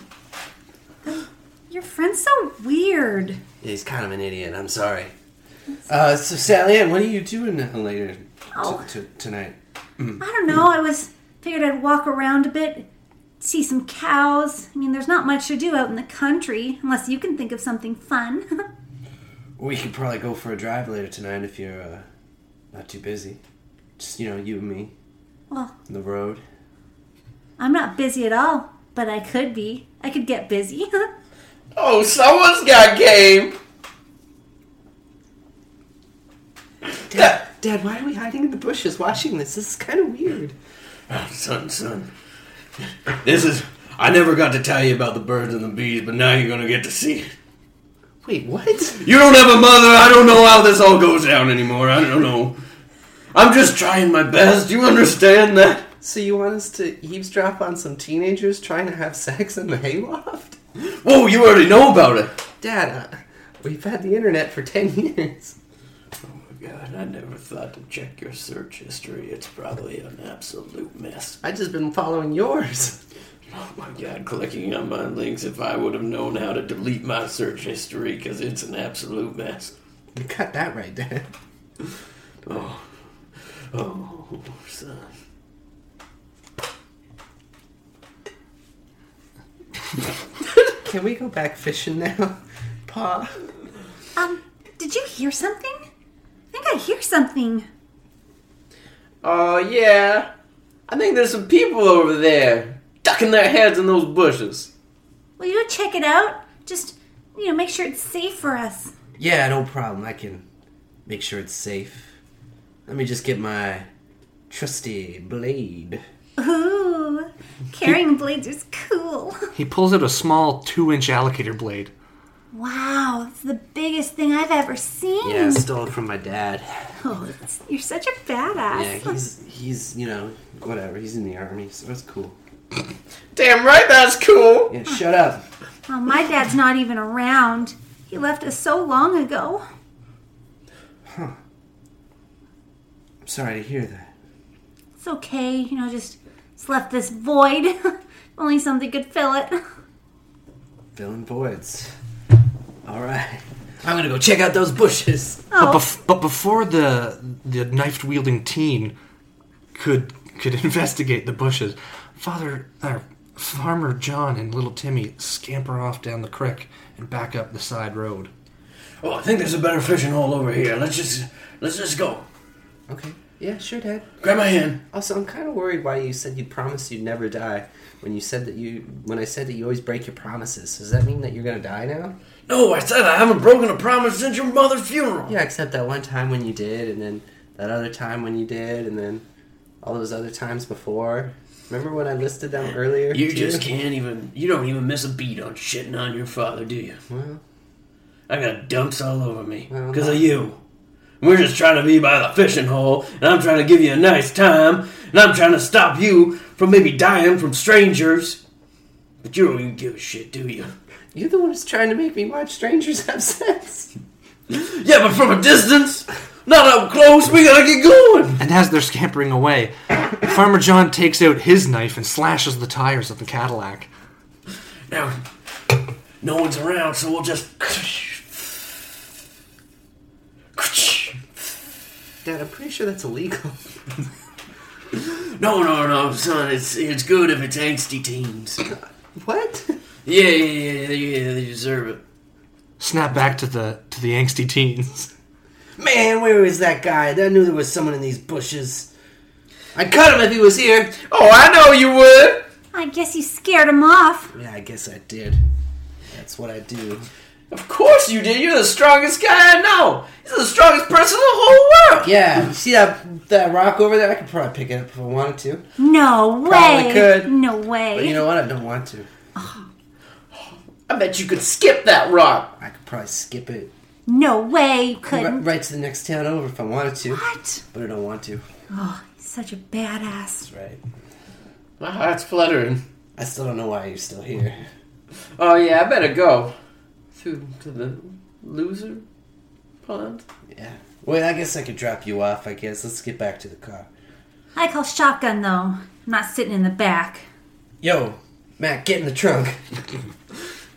Speaker 3: Oh,
Speaker 5: Your friend's so weird.
Speaker 1: He's kind of an idiot. I'm sorry.
Speaker 3: Uh, so Sally Ann, what are you doing later t-
Speaker 5: Oh.
Speaker 3: t- tonight?
Speaker 5: I don't know. I was figured I'd walk around a bit, see some cows. I mean, there's not much to do out in the country unless you can think of something fun.
Speaker 3: We could probably go for a drive later tonight if you're uh, not too busy. Just you know, you and me.
Speaker 5: Well.
Speaker 3: on the road.
Speaker 5: I'm not busy at all, but I could be. I could get busy.
Speaker 1: Oh, someone's got game. Dad, Dad, why are we hiding in the bushes watching this? This is kind of weird.
Speaker 3: Son, son, this is. I never got to tell you about the birds and the bees, but now you're gonna get to see it.
Speaker 1: Wait, what?
Speaker 3: You don't have a mother. I don't know how this all goes down anymore. I don't know. I'm just trying my best. You understand that?
Speaker 1: So you want us to eavesdrop on some teenagers trying to have sex in the hayloft?
Speaker 3: Whoa, you already know about it.
Speaker 1: Dad, uh, we've had the internet for ten years.
Speaker 3: Oh God, I never thought to check your search history. It's probably an absolute mess.
Speaker 1: I've just been following yours.
Speaker 3: Oh my god, clicking on my links if I would have known how to delete my search history, because it's an absolute mess.
Speaker 1: You cut that right, Dad.
Speaker 3: Oh, oh, son.
Speaker 1: Can we go back fishing now, Pa?
Speaker 5: Um, did you hear something? I think I hear something.
Speaker 1: Oh yeah, I think there's some people over there ducking their heads in those bushes.
Speaker 5: Will you check it out? Just, you know, make sure it's safe for us.
Speaker 1: Yeah, no problem. I can make sure it's safe. Let me just get my trusty blade.
Speaker 5: Ooh, carrying blades is cool.
Speaker 2: He pulls out a small two-inch alligator blade.
Speaker 5: Wow, it's the biggest thing I've ever seen.
Speaker 6: Yeah, I stole it from my dad.
Speaker 5: Oh, it's- you're such a badass.
Speaker 1: Yeah, he's he's you know whatever. He's in the army, so that's cool. Damn right, that's cool. Yeah, shut up.
Speaker 5: Oh, my dad's not even around. He left us so long ago.
Speaker 1: I'm sorry to hear that.
Speaker 5: It's okay, you know, just, just left this void. If Only something could fill it.
Speaker 1: Filling voids. All right, I'm gonna go check out those bushes.
Speaker 2: But,
Speaker 5: Oh,
Speaker 2: bef- but before the the knife wielding teen could could investigate the bushes, Father uh, Farmer John and little Timmy scamper off down the creek and back up the side road.
Speaker 3: Oh, I think there's a better fishing hole over here. Let's just let's just go.
Speaker 1: Okay. Yeah, sure, Dad.
Speaker 3: Grab my hand.
Speaker 1: Also, I'm kind of worried why you said you promised you'd never die when you said that you when I said that you always break your promises. Does that mean that you're gonna die now?
Speaker 3: No, I said I haven't broken a promise since your mother's funeral.
Speaker 1: Yeah, except that one time when you did, and then that other time when you did, and then all those other times before. Remember when I listed them earlier?
Speaker 3: You
Speaker 1: too?
Speaker 3: just can't even. You don't even miss a beat on shitting on your father, do you?
Speaker 1: Well,
Speaker 3: I got dumps all over me
Speaker 1: Well,
Speaker 3: because of you. We're just trying to be by the fishing hole, and I'm trying to give you a nice time, and I'm trying to stop you from maybe dying from strangers. But you don't even give a shit, do you?
Speaker 1: you're the one who's trying to make me watch strangers have sex.
Speaker 3: Yeah, but from a distance, not up close. We gotta get going.
Speaker 2: And as they're scampering away, Farmer John takes out his knife and slashes the tires of the Cadillac.
Speaker 3: Now, no one's around, so we'll just.
Speaker 1: Dad, I'm pretty sure that's illegal.
Speaker 3: No, no, no, son. It's it's good if it's angsty teens.
Speaker 1: What?
Speaker 3: Yeah, yeah, yeah, yeah. They deserve it.
Speaker 2: Snap back to the to the angsty teens.
Speaker 1: Man, where is that guy? I knew there was someone in these bushes. I'd cut him if he was here. Oh, I know you would.
Speaker 5: I guess you scared him off.
Speaker 1: Yeah, I guess I did. That's what I do.
Speaker 3: Of course you did. You're the strongest guy I know. He's the strongest person in the whole world.
Speaker 1: Yeah, you see that that rock over there? I could probably pick it up if I wanted to.
Speaker 5: No
Speaker 1: Probably
Speaker 5: way.
Speaker 1: could.
Speaker 5: No way.
Speaker 1: But you know what? I don't want to.
Speaker 3: I bet you could skip that rock.
Speaker 1: I could probably skip it
Speaker 5: no way you
Speaker 1: ri-
Speaker 5: couldn't.
Speaker 1: right to the next town over if I wanted to.
Speaker 5: What?
Speaker 1: But I don't want to.
Speaker 5: Such a badass.
Speaker 1: That's right.
Speaker 3: My heart's fluttering.
Speaker 1: I still don't know why you're still here.
Speaker 3: Oh yeah, I better go. To to the loser pond.
Speaker 1: Yeah. Well, I guess I could drop you off. I guess let's get back to the car.
Speaker 5: I call shotgun though. I'm not sitting in the back.
Speaker 1: Yo, Matt, get in the trunk.
Speaker 3: but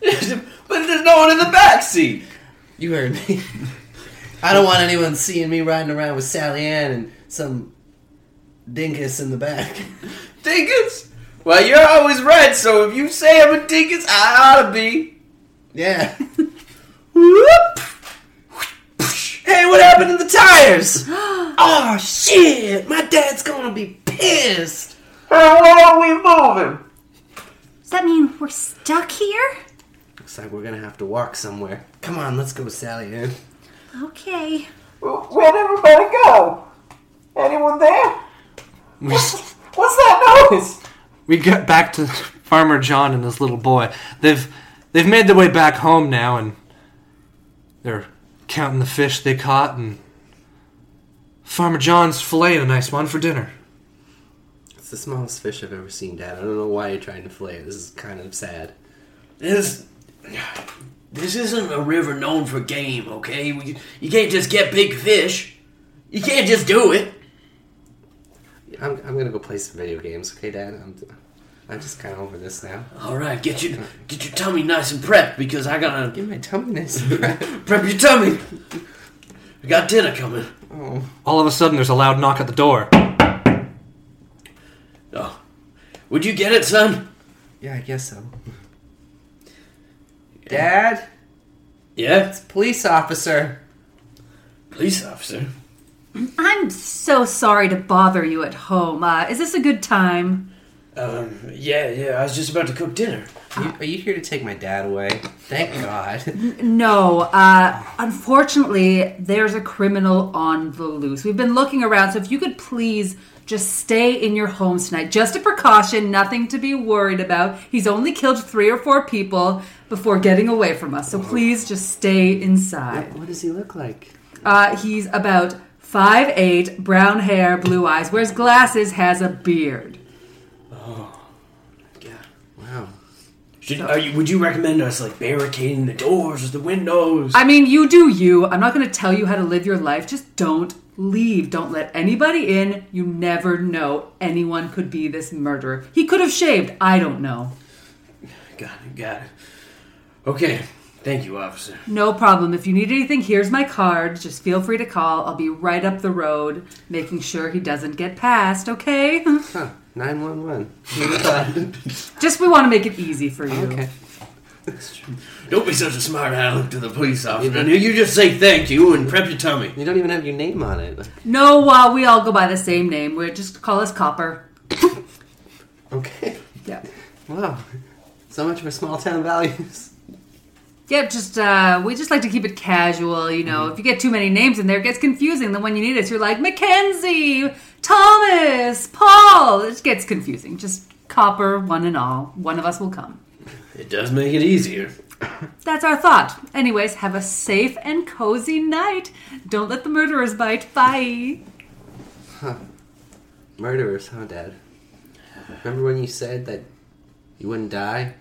Speaker 3: there's no one in the back seat.
Speaker 1: You heard me. I don't want anyone seeing me riding around with Sally Ann and some dingus in the back.
Speaker 3: Dinkus. Well, you're always right. So if you say I'm a dinkus, I ought to be.
Speaker 1: Yeah.
Speaker 3: Whoop. Hey, what happened to the tires?
Speaker 1: oh shit! My dad's gonna be pissed.
Speaker 3: How long are we moving?
Speaker 5: Does that mean we're stuck here?
Speaker 1: Looks like we're gonna have to walk somewhere. Come on, let's go with Sally Ann.
Speaker 5: Okay.
Speaker 3: Where'd everybody go? Anyone there?
Speaker 2: We s-
Speaker 3: What's that noise?
Speaker 2: we get back to Farmer John and this little boy. They've they've made their way back home now, and they're counting the fish they caught. And Farmer John's filleting a nice one for dinner.
Speaker 1: It's the smallest fish I've ever seen, Dad. I don't know why you're trying to fillet it. This is kind of sad.
Speaker 3: This, this isn't a river known for game, okay? We, you can't just get big fish. You can't just do it.
Speaker 1: I'm, I'm gonna go play some video games, okay, Dad? I'm, I'm just kind of over this now.
Speaker 3: All right, get your get your tummy nice and prepped because I gotta
Speaker 1: Give my tummy nice and dry.
Speaker 3: prep your tummy. I got dinner coming.
Speaker 1: Oh,
Speaker 2: All of a sudden, there's a loud knock at the door.
Speaker 3: Oh, would you get it, son?
Speaker 1: yeah, I guess so. Dad,
Speaker 3: Yeah,
Speaker 1: police officer.
Speaker 3: police officer.
Speaker 4: I'm so sorry to bother you at home. Uh, is this a good time?
Speaker 3: Um, yeah, yeah. I was just about to cook dinner.
Speaker 1: You, are you here to take my dad away? Thank God.
Speaker 4: No, uh, unfortunately, there's a criminal on the loose. We've been looking around, so if you could please just stay in your homes tonight. Just a precaution, nothing to be worried about. He's only killed three or four people before getting away from us, so please just stay inside.
Speaker 1: What does he look like?
Speaker 4: Uh, he's about five eight, brown hair, blue eyes, wears glasses, has a beard.
Speaker 3: Yeah.
Speaker 1: Wow.
Speaker 3: Should, are you, would you recommend us like barricading the doors or the windows?
Speaker 4: I mean, you do you. I'm not going to tell you how to live your life. Just don't leave. Don't let anybody in. You never know. Anyone could be this murderer. He could have shaved. I don't know.
Speaker 3: got it. Got it. Okay. Thank you, officer.
Speaker 4: No problem. If you need anything, here's my card. Just feel free to call. I'll be right up the road, making sure he doesn't get past, okay?
Speaker 1: Huh. 911.
Speaker 4: Just we want to make it easy for you.
Speaker 1: okay.
Speaker 3: Don't be such a smart aleck to the police officer. You just say thank you and prep your tummy.
Speaker 1: You don't even have your name on it.
Speaker 4: No, uh, we all go by the same name. We're just call us Copper.
Speaker 1: Okay.
Speaker 4: Yeah.
Speaker 1: Wow. So much for small town values.
Speaker 4: Yeah, just uh, we just like to keep it casual, you know. If you get too many names in there, it gets confusing. Then when you need us, you're like Mackenzie, Thomas, Paul. It just gets confusing. Just copper, one and all. One of us will come.
Speaker 3: It does make it easier.
Speaker 4: That's our thought. Anyways, have a safe and cozy night. Don't let the murderers bite. Bye.
Speaker 1: Murderers, huh, Dad? Remember when you said that you wouldn't die?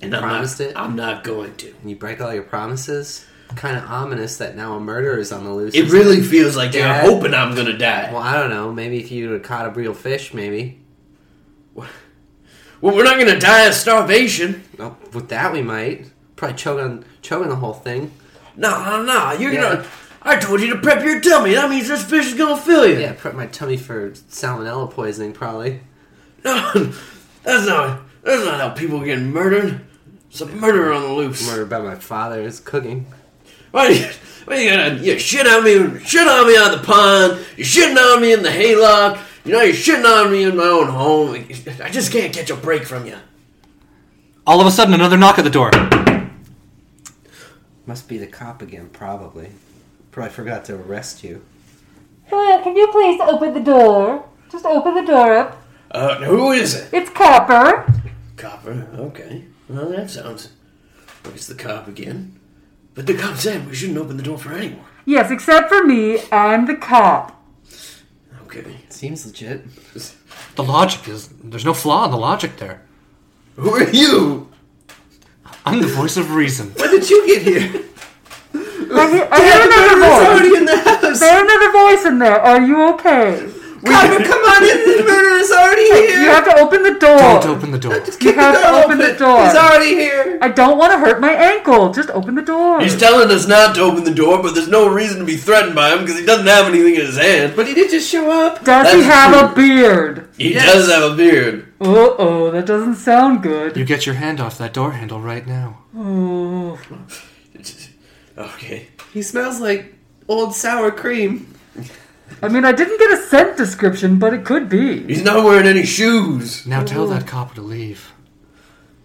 Speaker 3: And I'm
Speaker 1: Promised
Speaker 3: not,
Speaker 1: it?
Speaker 3: I'm not going to.
Speaker 1: And you break all your promises? Kind of ominous that now a murderer is on the loose.
Speaker 3: It really feels like they're
Speaker 1: Dad?
Speaker 3: hoping I'm gonna die.
Speaker 1: Well, I don't know. Maybe if you would have caught a real fish, maybe.
Speaker 3: Well, we're not gonna die of starvation.
Speaker 1: Oh, with that, we might. Probably choke on, choke on the whole thing.
Speaker 3: No, no, no. You're
Speaker 1: Yeah.
Speaker 3: gonna. I told you to prep your tummy. That means this fish is gonna fill you.
Speaker 1: Yeah, prep my tummy for salmonella poisoning, probably.
Speaker 3: No, that's not. That's not how people get murdered. It's a murderer on the loose.
Speaker 1: Murdered by my father's cooking.
Speaker 3: Why you, why you gonna you shit on me? Shit on me on the pond. You shitting on me in the hayloft. You know you're shitting on me in my own home. I just can't catch a break from you.
Speaker 2: All of a sudden, another knock at the door.
Speaker 1: Must be the cop again, probably. Probably forgot to arrest you.
Speaker 4: Hello, can you please open the door? Just open the door up.
Speaker 3: Uh, now who is it?
Speaker 4: It's Copper.
Speaker 3: Copper. Okay. Well, that sounds. Well, it's the cop again. But the cop said we shouldn't open the door for anyone.
Speaker 4: Yes, except for me. I'm the cop.
Speaker 3: Okay.
Speaker 1: Seems legit.
Speaker 2: The logic is there's no flaw in the logic there.
Speaker 3: Who are you?
Speaker 2: I'm the voice of reason.
Speaker 1: When did you get here?
Speaker 4: I hear, I hear another voice.
Speaker 1: Already in the house.
Speaker 4: There's another voice in there. Are you okay?
Speaker 1: Copper, come on in. The murderer's already here.
Speaker 4: You have to open the
Speaker 2: Don't
Speaker 4: door.
Speaker 2: open the door.
Speaker 4: You have to open the door.
Speaker 1: He's already here.
Speaker 4: I don't want to hurt my ankle. Just open the door.
Speaker 3: He's telling us not to open the door, but there's no reason to be threatened by him because he doesn't have anything in his hand.
Speaker 1: But he did just show up.
Speaker 4: Does he
Speaker 3: that's
Speaker 4: have a beard?
Speaker 3: He does have a beard.
Speaker 4: Uh oh, that doesn't sound good. Oh.
Speaker 2: You get your hand off that door handle right now.
Speaker 4: Ooh.
Speaker 3: Okay.
Speaker 1: He smells like old sour cream.
Speaker 4: I mean, I didn't get a scent description, but it could be.
Speaker 3: He's not wearing any shoes.
Speaker 2: Now tell that cop to leave.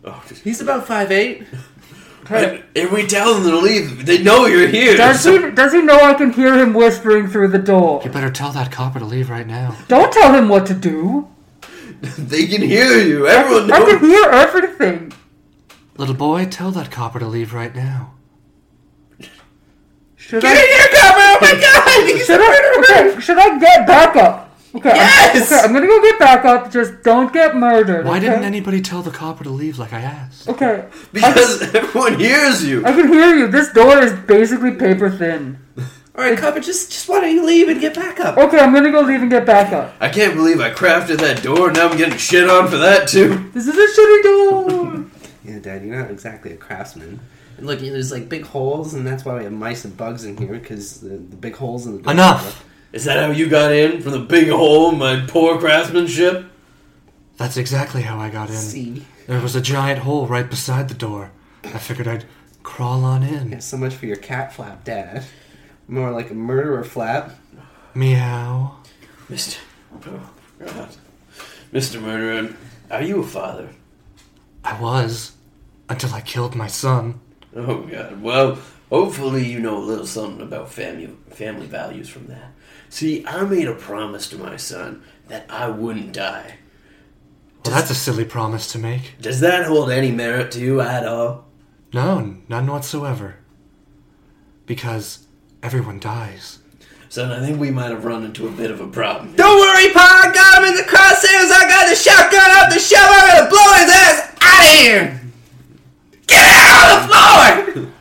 Speaker 3: Oh, just-
Speaker 1: He's about five eight.
Speaker 3: and, and we tell them to leave. They know you're here.
Speaker 4: Does he, does he know I can hear him whispering through the door?
Speaker 2: You better tell that copper to leave right now.
Speaker 4: Don't tell him what to do.
Speaker 3: They can hear you. Everyone
Speaker 4: I can
Speaker 3: knows.
Speaker 4: hear everything.
Speaker 2: Little boy, tell that copper to leave right now.
Speaker 4: Should I,
Speaker 1: Here, Copper! Oh my God! He's
Speaker 4: should I, okay, should I get back up? Okay,
Speaker 1: Yes!
Speaker 4: I'm, okay, I'm gonna go get back up. Just don't get murdered.
Speaker 2: Why
Speaker 4: okay?
Speaker 2: didn't anybody tell the copper to leave like I asked?
Speaker 4: Okay,
Speaker 3: Because everyone hears you.
Speaker 4: I can hear you. This door is basically paper thin.
Speaker 1: All right, Copper, just just why don't you leave and get back up?
Speaker 4: Okay, I'm gonna go leave and get back up.
Speaker 3: I can't believe I crafted that door. Now I'm getting shit on for that too.
Speaker 4: This is a shitty door.
Speaker 1: Yeah, Dad, you're not exactly a craftsman. And look, there's like big holes, and that's why we have mice and bugs in here because the, the big holes in the door.
Speaker 2: Enough!
Speaker 3: Is that how you got in from the big hole? in My poor craftsmanship.
Speaker 2: That's exactly how I got in.
Speaker 1: See,
Speaker 2: There was a giant hole right beside the door. I figured I'd Crawl on in.
Speaker 1: So much for your cat flap, Dad. More like a murderer flap.
Speaker 2: Meow.
Speaker 3: Mr. Oh, God. Mr. Murderer, are you a father?
Speaker 2: I was. Until I killed my son.
Speaker 3: Oh, God. Well, hopefully you know a little something about family, family values from that. See, I made a promise to my son that I wouldn't die.
Speaker 2: Well, that's a silly promise to make.
Speaker 3: Does that hold any merit to you at all?
Speaker 2: No, none whatsoever. Because everyone dies.
Speaker 3: Son, I think we might have run into a bit of a problem.
Speaker 1: Don't worry, Pa. I got him in the crosshairs. I got the shotgun up the shelf. I'm gonna blow his ass out of here. Get out on the floor.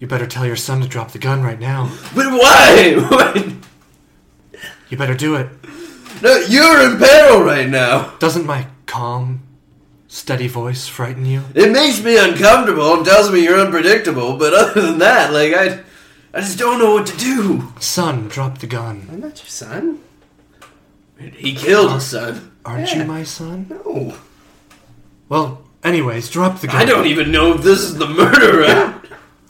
Speaker 2: You better tell your son to drop the gun right now.
Speaker 3: But why?
Speaker 2: You better do it.
Speaker 3: no, you're in peril right now.
Speaker 2: Doesn't my calm, steady voice frighten you?
Speaker 3: It makes me uncomfortable and tells me you're unpredictable, but other than that, like, I, I just don't know what to do.
Speaker 2: Son, drop the gun.
Speaker 1: I'm not your son.
Speaker 3: He killed his son.
Speaker 2: Aren't you my son?
Speaker 1: No.
Speaker 2: Well, anyways, drop the gun.
Speaker 3: I don't even know if this is the murderer.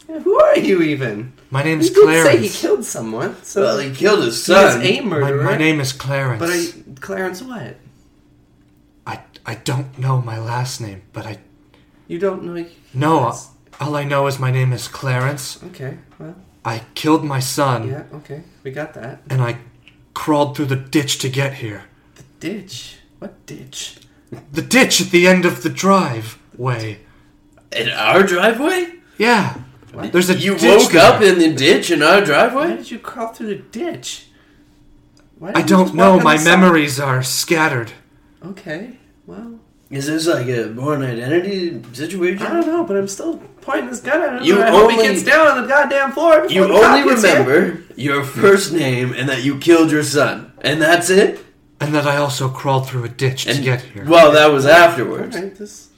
Speaker 1: Who are you even?
Speaker 2: My name's
Speaker 1: You did say he
Speaker 2: Clarence.
Speaker 1: killed someone. So
Speaker 3: Well, he killed his
Speaker 1: he is
Speaker 3: son.
Speaker 1: a
Speaker 2: My,
Speaker 1: murderer.
Speaker 2: my name is Clarence.
Speaker 1: But are you, Clarence what?
Speaker 2: I, I don't know my last name, but I
Speaker 1: You don't know.
Speaker 2: know. All I know is my name is Clarence.
Speaker 1: Okay. Well,
Speaker 2: I killed my son,
Speaker 1: yeah. Okay. We got that.
Speaker 2: and I crawled through the ditch to get here.
Speaker 1: Ditch. What ditch?
Speaker 2: The ditch at the end of the driveway.
Speaker 3: In our driveway?
Speaker 2: Yeah. There's a
Speaker 3: You
Speaker 2: ditch
Speaker 3: woke
Speaker 2: there.
Speaker 3: up in the ditch in our
Speaker 1: Why
Speaker 3: driveway?
Speaker 1: did you crawl through the ditch? Why
Speaker 2: I
Speaker 1: didn't you
Speaker 2: don't
Speaker 1: just
Speaker 2: know.
Speaker 1: walk on
Speaker 2: My
Speaker 1: the side?
Speaker 2: memories are scattered.
Speaker 1: Okay. Well,
Speaker 3: Is this like a born identity
Speaker 1: I
Speaker 3: situation?
Speaker 1: don't know, but I'm still pointing this gun at him.
Speaker 3: You
Speaker 1: You I hope he
Speaker 3: only-
Speaker 1: gets down on the goddamn floor. before
Speaker 3: You
Speaker 1: the cop
Speaker 3: only
Speaker 1: gets here.
Speaker 3: remember your first name and that you killed your son. And that's it?
Speaker 2: And that I also crawled through a ditch
Speaker 3: And
Speaker 2: to get here.
Speaker 3: Well, that was afterwards.
Speaker 1: Alright, this.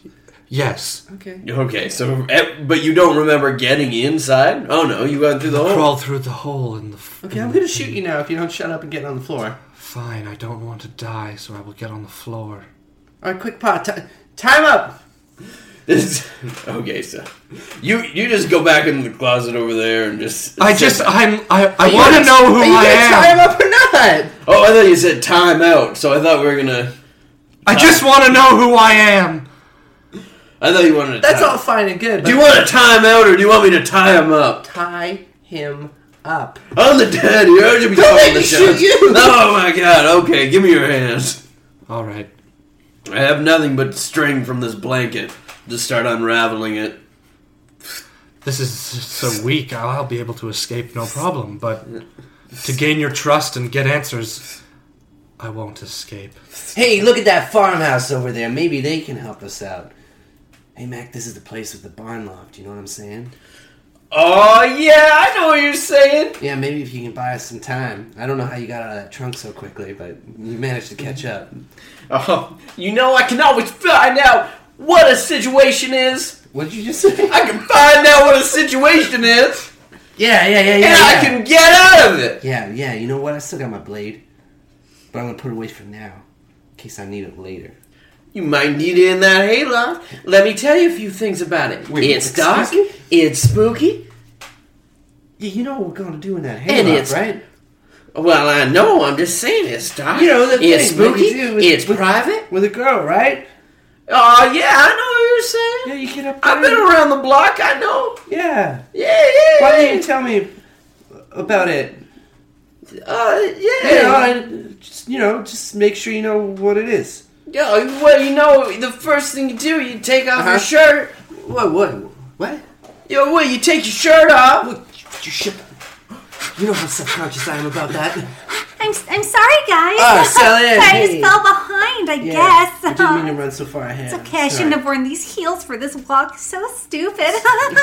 Speaker 2: yes.
Speaker 1: Okay.
Speaker 3: Okay, so eh, but you don't remember getting inside? Oh no, you went through the hole.
Speaker 2: Crawled through the hole in the. f-
Speaker 1: Okay,
Speaker 2: in
Speaker 1: I'm
Speaker 2: the
Speaker 1: gonna shoot you now if you don't shut up and get on the floor.
Speaker 2: Fine, I don't want to die, so I will get on the floor.
Speaker 1: Alright, quick pot. Ti time up!
Speaker 3: This okay, so you you just go back in the closet over there and just.
Speaker 2: I just, I'm, I, I
Speaker 1: you
Speaker 2: want
Speaker 1: gonna-
Speaker 2: to know who
Speaker 1: Are you
Speaker 2: I
Speaker 1: gonna time
Speaker 2: am.
Speaker 1: up or not?
Speaker 3: Oh, I thought you said time out, so I thought we were gonna.
Speaker 2: I just want to know who I am.
Speaker 3: I thought you wanted. To
Speaker 1: That's
Speaker 3: time.
Speaker 1: all fine and good.
Speaker 3: Do you
Speaker 1: but
Speaker 3: want a time out or do you want me to tie him up?
Speaker 1: tie him up?
Speaker 3: I'm the daddy. I should be
Speaker 1: Don't
Speaker 3: calling
Speaker 1: let
Speaker 3: the
Speaker 1: me shoot
Speaker 3: shots.
Speaker 1: you!
Speaker 3: Oh my god. Okay, give me your hands.
Speaker 2: All right.
Speaker 3: I have nothing but string from this blanket. Just start unraveling it.
Speaker 2: This is so weak. I'll, I'll be able to escape no problem, but to gain your trust and get answers, I won't escape.
Speaker 1: Hey, look at that farmhouse over there. Maybe they can help us out. Hey, Mac, this is the place with the barn loft. You know what I'm saying?
Speaker 3: Oh yeah, I know what you're saying.
Speaker 1: Yeah, maybe if you can buy us some time. I don't know how you got out of that trunk so quickly, but you managed to catch up.
Speaker 3: Oh, you know I can always find out what a situation is.
Speaker 1: What did you just say?
Speaker 3: I can find out what a situation is,
Speaker 1: yeah, yeah, yeah, yeah.
Speaker 3: and
Speaker 1: yeah.
Speaker 3: I can get out of it.
Speaker 1: Yeah, yeah. You know what? I still got my blade, but I'm gonna put it away for now, in case I need it later.
Speaker 3: You might need it in that hayloft. Let me tell you a few things about it.
Speaker 1: Wait,
Speaker 3: it's
Speaker 1: excuse
Speaker 3: dark,
Speaker 1: me?
Speaker 3: it's spooky.
Speaker 1: Yeah, you know what we're gonna do in that
Speaker 3: And
Speaker 1: hayloft,
Speaker 3: it's-
Speaker 1: right?
Speaker 3: Well, I know. I'm just saying it's dark.
Speaker 1: You know, the
Speaker 3: it's
Speaker 1: thing that
Speaker 3: spooky.
Speaker 1: you do is-
Speaker 3: it's private.
Speaker 1: With a girl, right?
Speaker 3: Oh yeah, I know what
Speaker 1: Yeah,
Speaker 3: you're saying.
Speaker 1: you get up there.
Speaker 3: I've been around the block. I know.
Speaker 1: Yeah.
Speaker 3: Yeah,
Speaker 1: Why didn't
Speaker 3: yeah.
Speaker 1: you tell me about it?
Speaker 3: Uh,
Speaker 1: You know,
Speaker 3: yeah.
Speaker 1: I, just you know, just make sure you know what it is.
Speaker 3: Yeah. uh, Well, you know, the first thing you do, you take off
Speaker 1: Uh-huh.
Speaker 3: your shirt.
Speaker 1: What? What? What?
Speaker 3: Yo, what? You take your shirt off.
Speaker 1: You should. You know how subconscious I am about that.
Speaker 5: I'm, I'm sorry, guys.
Speaker 1: Oh, Sally,
Speaker 5: sorry, I
Speaker 1: hey.
Speaker 5: just fell behind, I
Speaker 1: I
Speaker 5: guess.
Speaker 1: didn't mean to run so far ahead.
Speaker 5: it's okay, I shouldn't have worn these heels for this walk. So stupid.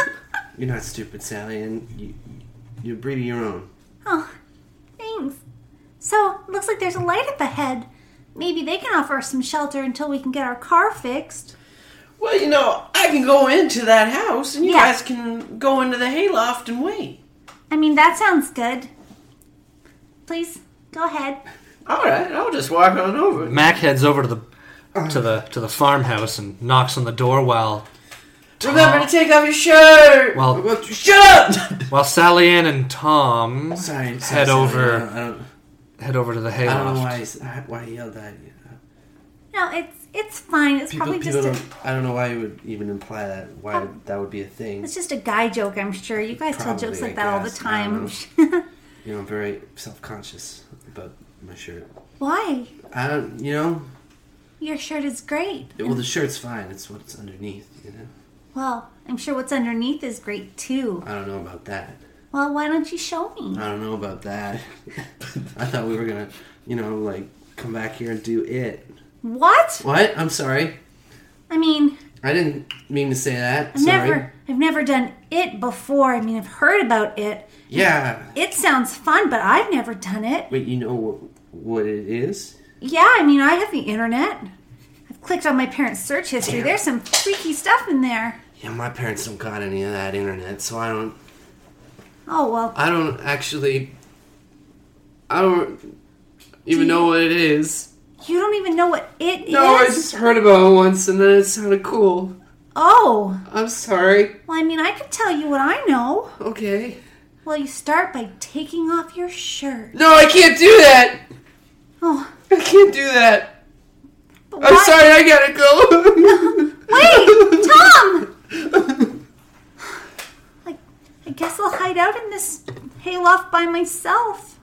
Speaker 1: You're not stupid, Sally, and you, you're breed of your own.
Speaker 5: oh, thanks. So, looks like there's a light up ahead. Maybe they can offer us some shelter until we can get our car fixed.
Speaker 3: Well, you know, I can go into that house, and you
Speaker 5: Yeah.
Speaker 3: guys can go into the hayloft and wait.
Speaker 5: I mean, that sounds good. Please, go ahead.
Speaker 3: All right, I'll just walk on over.
Speaker 2: Mac heads over to the to the to the farmhouse and knocks on the door while
Speaker 1: Remember to take off your shirt.
Speaker 2: Well-
Speaker 1: Well, shut up.
Speaker 2: While Sally Ann and Tom
Speaker 1: Sorry. sorry,
Speaker 2: Head
Speaker 1: sorry.
Speaker 2: over.
Speaker 1: I don't, I don't,
Speaker 2: head over to the
Speaker 1: I don't know
Speaker 2: hayloft.
Speaker 1: why he's, why he yelled at you.
Speaker 5: No, it's it's fine. It's
Speaker 1: People,
Speaker 5: probably
Speaker 1: people
Speaker 5: just a
Speaker 1: don't. I don't know why you would even imply that. Why
Speaker 5: Um,
Speaker 1: that would be a thing.
Speaker 5: it's just a guy joke. I'm sure you guys
Speaker 1: Probably,
Speaker 5: tell jokes
Speaker 1: I
Speaker 5: like that all the
Speaker 1: guess. I
Speaker 5: time.
Speaker 1: You know, I'm very self-conscious about my shirt.
Speaker 5: Why?
Speaker 1: I don't. You know.
Speaker 5: Your shirt is great.
Speaker 1: Well, the shirt's fine. It's what's underneath. You know.
Speaker 5: Well, I'm sure what's underneath is great too.
Speaker 1: I don't know about that.
Speaker 5: Well, why don't you show me?
Speaker 1: I don't know about that. I thought we were gonna, you know, like come back here and do it.
Speaker 5: What?
Speaker 1: What? I'm sorry.
Speaker 5: I mean,
Speaker 1: I didn't mean to say that.
Speaker 5: I've
Speaker 1: sorry.
Speaker 5: never I've never done it before. I mean, I've heard about it.
Speaker 1: Yeah.
Speaker 5: It sounds fun, but I've never done it.
Speaker 1: Wait. You know wh- what it is?
Speaker 5: Yeah, I mean, I have the internet. I've clicked on my parents' search history. There's some freaky stuff in there.
Speaker 1: Yeah. My parents don't got any of that internet, so I don't.
Speaker 5: Oh, well,
Speaker 6: I don't actually. I don't even know what it is.
Speaker 5: you don't even know what it is.
Speaker 6: No, I just heard about it once and then it sounded cool.
Speaker 5: Oh,
Speaker 6: I'm sorry.
Speaker 5: well, I mean, I could tell you what I know.
Speaker 6: Okay.
Speaker 5: Well, you start by taking off your shirt.
Speaker 6: No, I can't do that.
Speaker 5: Oh,
Speaker 6: I can't do that.
Speaker 5: but
Speaker 6: I'm
Speaker 5: why-
Speaker 6: sorry. I gotta go.
Speaker 5: Wait, Tom! I, I guess I'll hide out in this hayloft by myself.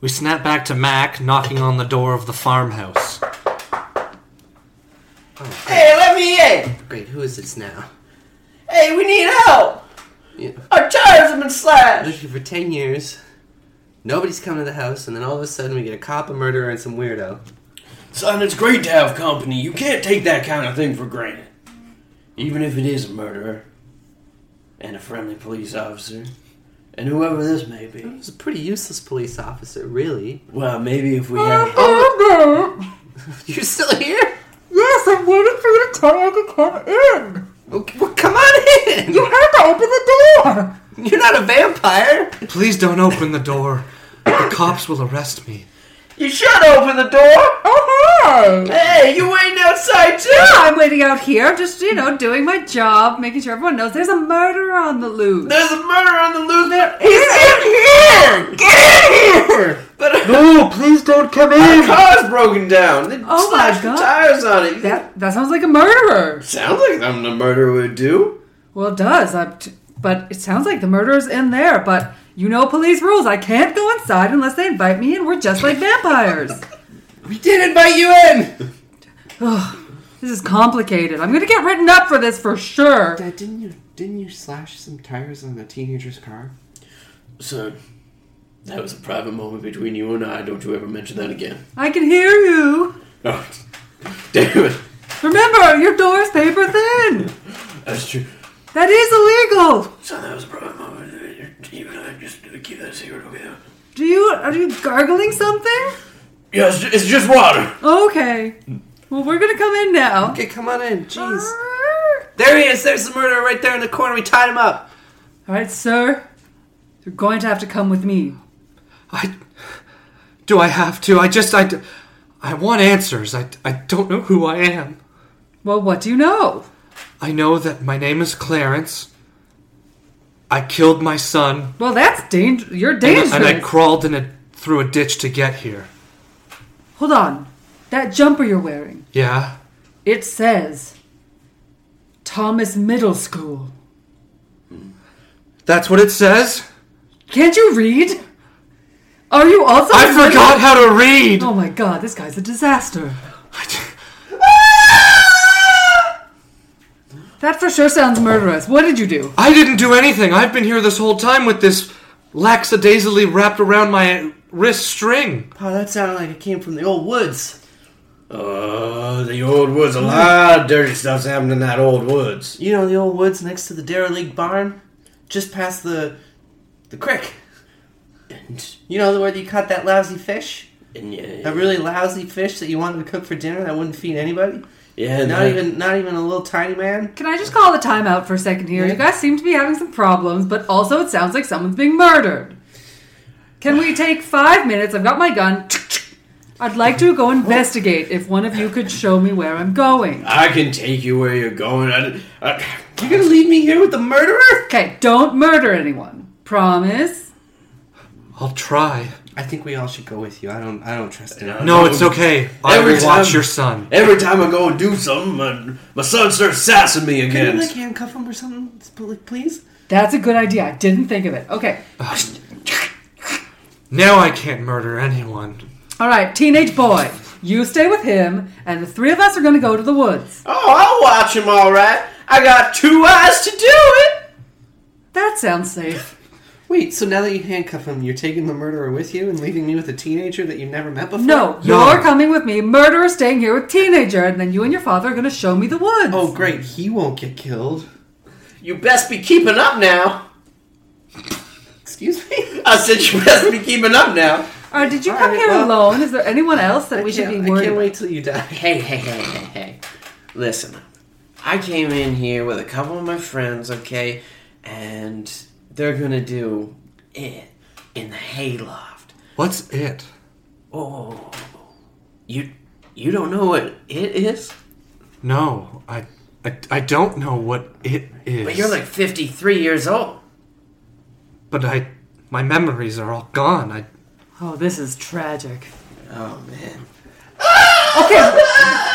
Speaker 2: We snap back to Mac knocking on the door of the farmhouse.
Speaker 1: Hey, let me in.
Speaker 6: Great. Who is this now?
Speaker 1: Hey, we need help.
Speaker 6: Yeah.
Speaker 1: Our tires have been
Speaker 6: I've
Speaker 1: slashed.
Speaker 6: lived here for ten years. Nobody's come to the house, and then all of a sudden we get a cop, a murderer, and some weirdo.
Speaker 3: Son, it's great to have company. You can't take that kind of thing for granted. Even if it is a murderer. And a friendly police officer. And whoever this may be.
Speaker 6: He's a pretty useless police officer, really.
Speaker 3: Well, maybe if we had.
Speaker 6: You're still here?
Speaker 7: Yes, I'm waiting for you to tell me to come in.
Speaker 6: Okay, well, come on in.
Speaker 7: You have to open the door.
Speaker 6: You're not a vampire.
Speaker 2: Please don't open the door. The cops will arrest me.
Speaker 1: You should open the door.
Speaker 7: Oh, hey.
Speaker 1: Hey, you waiting outside too?
Speaker 4: Ah, I'm waiting out here, just, you know, doing my job, making sure everyone knows there's a murderer on the loose.
Speaker 1: There's a murder on the loose. There. He's in here.
Speaker 7: Get in here.
Speaker 1: But
Speaker 3: uh,
Speaker 1: our
Speaker 7: No, please don't come in.
Speaker 1: car's broken down. They
Speaker 4: Oh my
Speaker 1: slashed the
Speaker 4: God.
Speaker 1: tires on it.
Speaker 4: That, that sounds like a murderer.
Speaker 1: Sounds like something a murderer would do.
Speaker 4: Well, it does. I, but it sounds like the murderer's in there. But you know police rules. I can't go inside unless they invite me in. We're just like vampires.
Speaker 1: We did invite you in.
Speaker 4: this is complicated. I'm going to get written up for this for sure.
Speaker 1: Dad, didn't you didn't you slash some tires on a teenager's car?
Speaker 3: Son, that was a private moment between you and I. Don't you ever mention that again.
Speaker 4: I can hear you.
Speaker 3: Oh, damn it.
Speaker 4: Remember, your door's paper thin.
Speaker 3: That's true.
Speaker 4: That is illegal.
Speaker 3: Son, that was a private moment. You and I just keep that secret, okay?
Speaker 4: Do you are you gargling something?
Speaker 3: Yeah, it's ju- it's just water.
Speaker 4: Okay. Well, we're going to come in now.
Speaker 6: Okay, come on in. Jeez. There he is. There's the murderer right there in the corner. We tied him up.
Speaker 4: All right, sir. You're going to have to come with me.
Speaker 2: I. Do I have to? I just. I. d- I want answers. I, I don't know who I am.
Speaker 4: Well, what do you know?
Speaker 2: I know that my name is Clarence. I killed my son.
Speaker 4: Well, that's danger. You're
Speaker 2: and-
Speaker 4: dangerous.
Speaker 2: And I crawled in a, through a ditch to get here.
Speaker 4: Hold on. That jumper you're wearing,
Speaker 2: Yeah?
Speaker 4: it says Thomas Middle School.
Speaker 2: That's what it says?
Speaker 4: Can't you read? Are you also?
Speaker 2: I
Speaker 4: in middle-
Speaker 2: forgot how to read!
Speaker 4: Oh my god, this guy's a disaster. That for sure sounds murderous. What did you do?
Speaker 2: I didn't do anything. I've been here this whole time with this lackadaisically wrapped around my wrist string.
Speaker 1: Oh, that sounded like it came from the old woods.
Speaker 3: Uh, the old woods. A lot of dirty stuff's happened in that old woods.
Speaker 1: You know the old woods next to the derelict barn, just past the the creek.
Speaker 3: And,
Speaker 1: You know where you caught that lousy fish,
Speaker 3: and yeah,
Speaker 1: that really lousy fish that you wanted to cook for dinner that wouldn't feed anybody.
Speaker 3: yeah,
Speaker 1: Not
Speaker 3: that-
Speaker 1: even not even a little tiny man.
Speaker 4: Can I just call the timeout for a second here? You guys seem to be having some problems, but also it sounds like someone's being murdered. Can we take five minutes? I've got my gun. I'd like to go investigate if one of you could show me where I'm going.
Speaker 3: I can take you where you're going. I, I, you're gonna leave me here with the murderer?
Speaker 4: Okay, don't murder anyone. Promise?
Speaker 2: I'll try.
Speaker 1: I think we all should go with you. I don't. I don't trust him.
Speaker 2: No, it's okay. I
Speaker 3: Every
Speaker 2: will watch
Speaker 3: time-
Speaker 2: your son.
Speaker 3: Every time I go and do something, my, my son starts sassing me
Speaker 1: Can
Speaker 3: again.
Speaker 1: you like handcuff him or something, Pl- please?
Speaker 4: That's a good idea. I didn't think of it. Okay.
Speaker 2: Now I can't murder anyone.
Speaker 4: All right, teenage boy, you stay with him, and the three of us are going to go to the woods.
Speaker 3: oh, I'll watch him all right. I got two eyes to do it.
Speaker 4: That sounds safe.
Speaker 1: Wait. So now that you handcuff him, you're taking the murderer with you and leaving me with a teenager that you've never met before.
Speaker 4: No,
Speaker 2: No.
Speaker 4: you're coming with me. Murderer staying here with teenager, and then you and your father are going to show me the woods.
Speaker 1: Oh, great. He won't get killed.
Speaker 3: You best be keeping up now.
Speaker 1: Excuse me.
Speaker 3: I said you best be keeping up now.
Speaker 4: Or Oh, did you
Speaker 1: All
Speaker 4: come
Speaker 1: right,
Speaker 4: here
Speaker 1: well-
Speaker 4: alone? Is there anyone else that
Speaker 1: I
Speaker 4: we should be
Speaker 1: can't-
Speaker 4: worried?
Speaker 1: I can't
Speaker 4: about?
Speaker 1: wait till you die. Hey, hey, hey, hey, hey.
Speaker 8: Listen, I came in here with a couple of my friends, okay, and they're gonna do it in the hayloft.
Speaker 2: What's it?
Speaker 8: Oh, you you don't know what it is?
Speaker 2: No, I, I, I don't know what it is.
Speaker 8: But you're like 53 years old.
Speaker 2: But I, my memories are all gone. I,
Speaker 4: Oh, this is tragic.
Speaker 8: Oh man.
Speaker 4: Okay,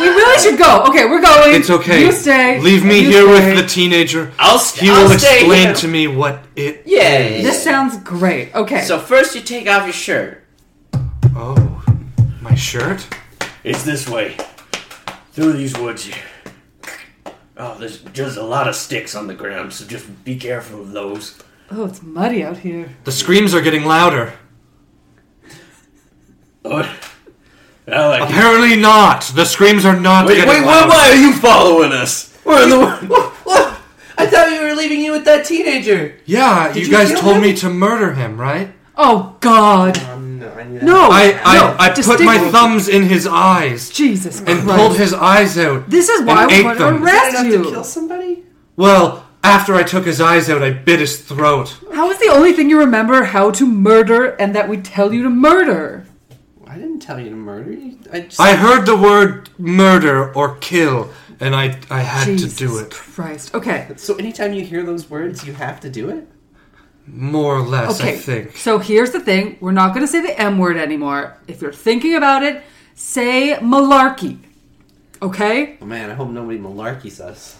Speaker 4: we really should go. Okay, we're going.
Speaker 2: it's okay.
Speaker 4: You stay.
Speaker 2: Leave me
Speaker 4: You
Speaker 2: here
Speaker 4: stay.
Speaker 2: with the teenager.
Speaker 8: I'll st-
Speaker 2: He
Speaker 8: I'll
Speaker 2: will
Speaker 8: stay
Speaker 2: explain
Speaker 8: here.
Speaker 2: to me what it.
Speaker 8: Yeah.
Speaker 4: This sounds great. Okay.
Speaker 8: So first you take off your shirt.
Speaker 2: Oh, my shirt.
Speaker 3: It's this way. Through these woods here. Oh, there's just a lot of sticks on the ground, so just be careful of those.
Speaker 4: oh, it's muddy out here.
Speaker 2: The screams are getting louder.
Speaker 3: Oh, I like it.
Speaker 2: Apparently not. The screams are not
Speaker 3: Wait,
Speaker 2: getting
Speaker 3: wait, why,
Speaker 2: louder.
Speaker 3: why are you following us? We're in the.
Speaker 1: I thought we were leaving you with that teenager.
Speaker 2: Yeah, you,
Speaker 1: you
Speaker 2: guys
Speaker 1: kill
Speaker 2: told
Speaker 1: him?
Speaker 2: me to murder him, right?
Speaker 4: Oh God.
Speaker 1: Um, no, I knew that.
Speaker 4: No.
Speaker 2: I
Speaker 4: no,
Speaker 2: I, I put my
Speaker 4: distinctly.
Speaker 2: thumbs in his eyes
Speaker 4: Jesus
Speaker 2: and
Speaker 4: Christ.
Speaker 2: pulled his eyes out.
Speaker 4: This is why
Speaker 2: and
Speaker 4: we
Speaker 2: ate
Speaker 4: want to
Speaker 2: them.
Speaker 1: Is that
Speaker 4: arrest
Speaker 1: enough to kill
Speaker 4: you.
Speaker 1: somebody?
Speaker 2: Well, after I took his eyes out, I bit his throat.
Speaker 4: How is the only thing you remember how to murder and that we tell you to murder?
Speaker 1: I didn't tell you to murder you. I just.
Speaker 2: I heard the word murder or kill, and I I had
Speaker 4: Jesus
Speaker 2: to do it
Speaker 4: Christ. Okay.
Speaker 1: so anytime you hear those words, you have to do it.
Speaker 2: more or less.
Speaker 4: Okay.
Speaker 2: I think.
Speaker 4: So here's the thing. We're not going to say the M word anymore. If you're thinking about it, say malarkey. Okay?
Speaker 1: Oh, man, I hope nobody malarkeys us.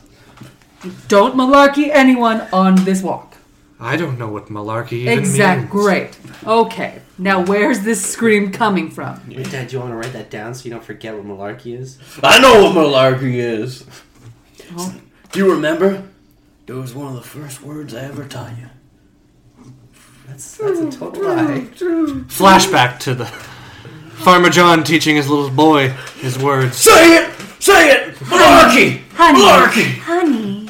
Speaker 4: Don't malarkey anyone on this walk.
Speaker 2: I don't know what malarkey even
Speaker 4: Exact.
Speaker 2: means.
Speaker 4: Great. Okay. Now, where's this scream coming from?
Speaker 1: Wait, Dad, do you want to write that down so you don't forget what malarkey is?
Speaker 3: I know what malarkey is. Do you remember? It was one of the first words I ever taught you.
Speaker 1: That's, that's a total lie.
Speaker 2: Flashback to the Farmer John teaching his little boy his words.
Speaker 3: Say it! Say it! Malarkey!
Speaker 5: Honey.
Speaker 3: Malarkey!
Speaker 5: Honey,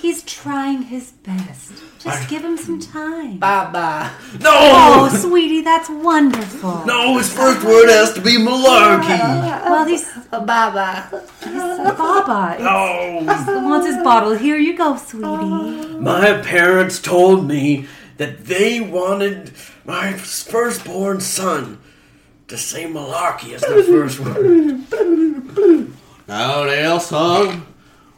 Speaker 5: he's trying his best. Just give him some time.
Speaker 1: Baba.
Speaker 5: Oh,
Speaker 3: No!
Speaker 5: sweetie, that's wonderful.
Speaker 3: No, his first word has to be malarkey.
Speaker 5: Well, he's
Speaker 1: Baba.
Speaker 5: Baba.
Speaker 3: No!
Speaker 5: He wants his bottle. Here you go, sweetie.
Speaker 3: My parents told me that they wanted my firstborn son to say malarkey as their first word.
Speaker 6: Now there, son.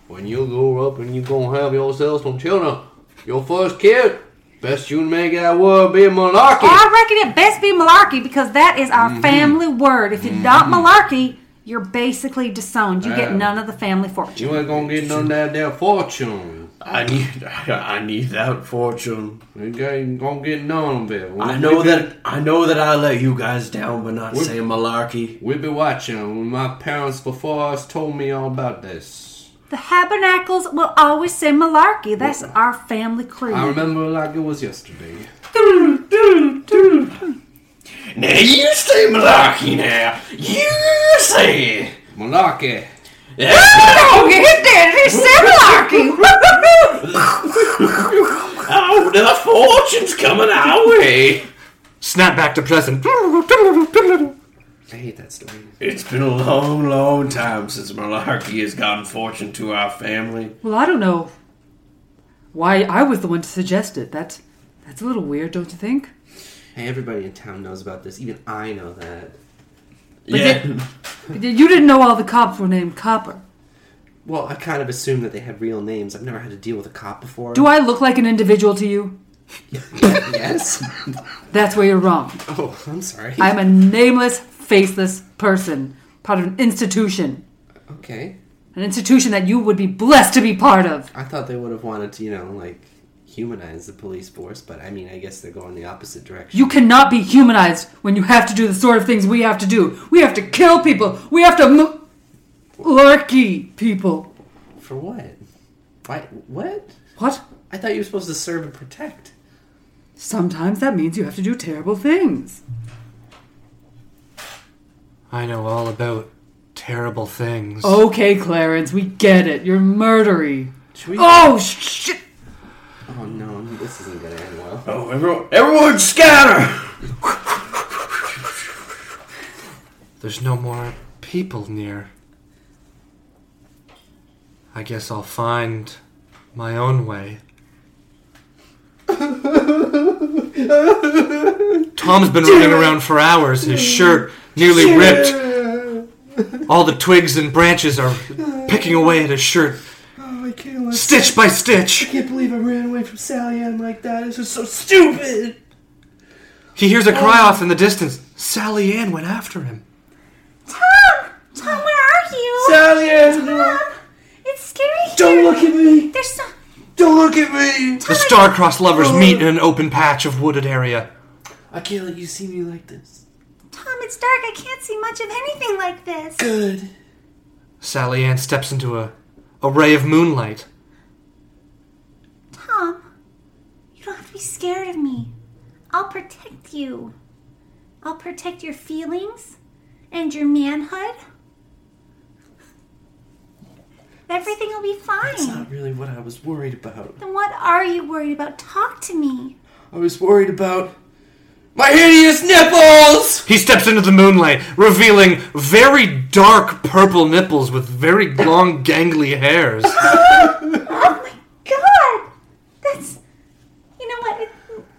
Speaker 6: When you grow up and you gonna have yourself some children, your first kid, best you make that word be monarchy.
Speaker 5: I reckon it best be malarkey because that is
Speaker 1: Mm-hmm.
Speaker 5: our family word. If you're not malarkey, you're basically disowned. You get none of the family fortune.
Speaker 6: You ain't gonna get none of that there fortune.
Speaker 3: I need, I need that fortune.
Speaker 6: You ain't gonna get none of it.
Speaker 3: I know that, I know that I let you guys down by not saying malarkey.
Speaker 6: We be watching. My parents before us told me all about this.
Speaker 5: The habernacles will always say malarkey. That's our family creed.
Speaker 6: I remember like it was yesterday.
Speaker 3: Now you say malarkey. Now you say it.
Speaker 6: Malarkey.
Speaker 4: Oh, hit there. He said malarkey.
Speaker 3: Oh, the fortune's coming our way.
Speaker 2: Snap back to present.
Speaker 1: I hate that story.
Speaker 3: It's been a long, long time since Malarkey has gotten fortune to our family.
Speaker 4: Well, I don't know why I was the one to suggest it. That's that's a little weird, don't you think?
Speaker 1: Hey, everybody in town knows about this. Even I know that.
Speaker 4: But did- You didn't know all the cops were named Copper.
Speaker 1: Well, I kind of assume that they have real names. I've never had to deal with a cop before.
Speaker 4: Do I look like an individual to you?
Speaker 1: Yes.
Speaker 4: That's where you're wrong.
Speaker 1: oh, I'm sorry.
Speaker 4: I'm a nameless, faceless person, part of an institution.
Speaker 1: okay.
Speaker 4: An institution that you would be blessed to be part of.
Speaker 1: I thought they would have wanted to, you know, like humanize the police force, but I mean, I guess they're going the opposite direction.
Speaker 4: You cannot be humanized when you have to do the sort of things we have to do. We have to kill people. We have to m- lurky people.
Speaker 1: For what? Why? What?
Speaker 4: What?
Speaker 1: I thought you were supposed to serve and protect.
Speaker 4: Sometimes that means you have to do terrible things.
Speaker 2: I know all about terrible things.
Speaker 6: Oh.
Speaker 4: Okay, Clarence, we get it. You're murdery.
Speaker 1: Should we?
Speaker 4: Oh, shit!
Speaker 1: Oh, no, this isn't gonna end well.
Speaker 3: Oh, everyone, everyone scatter!
Speaker 2: There's no more people near. I guess I'll find my own way. Tom's been running around for hours, his shirt nearly ripped. All the twigs and branches are picking away at his shirt,
Speaker 1: Oh, I can't. Let,
Speaker 2: stitch by stitch.
Speaker 1: can't believe I ran away from Sally Ann like that. This is so stupid.
Speaker 2: He hears a cry off in the distance. Sally Ann went after him.
Speaker 5: Tom! Tom, where are you?
Speaker 1: Sally Ann,
Speaker 5: Tom, it's scary here.
Speaker 1: don't look at me.
Speaker 5: There's so.
Speaker 1: Don't look at me.
Speaker 2: The star-crossed lovers meet in an open patch of wooded area.
Speaker 1: I can't let you see me like this.
Speaker 5: Tom, it's dark. I can't see much of anything like this.
Speaker 1: Good.
Speaker 2: Sally Ann steps into a, a ray of moonlight.
Speaker 5: Tom, you don't have to be scared of me. I'll protect you. I'll protect your feelings and your manhood. Everything will be
Speaker 1: That's
Speaker 5: fine.
Speaker 1: not really what I was worried about.
Speaker 5: Then what are you worried about? Talk to me.
Speaker 1: I was worried about my hideous nipples.
Speaker 2: He steps into the moonlight, revealing very dark purple nipples with very long, gangly hairs.
Speaker 5: Oh my god! That's. You know what? It,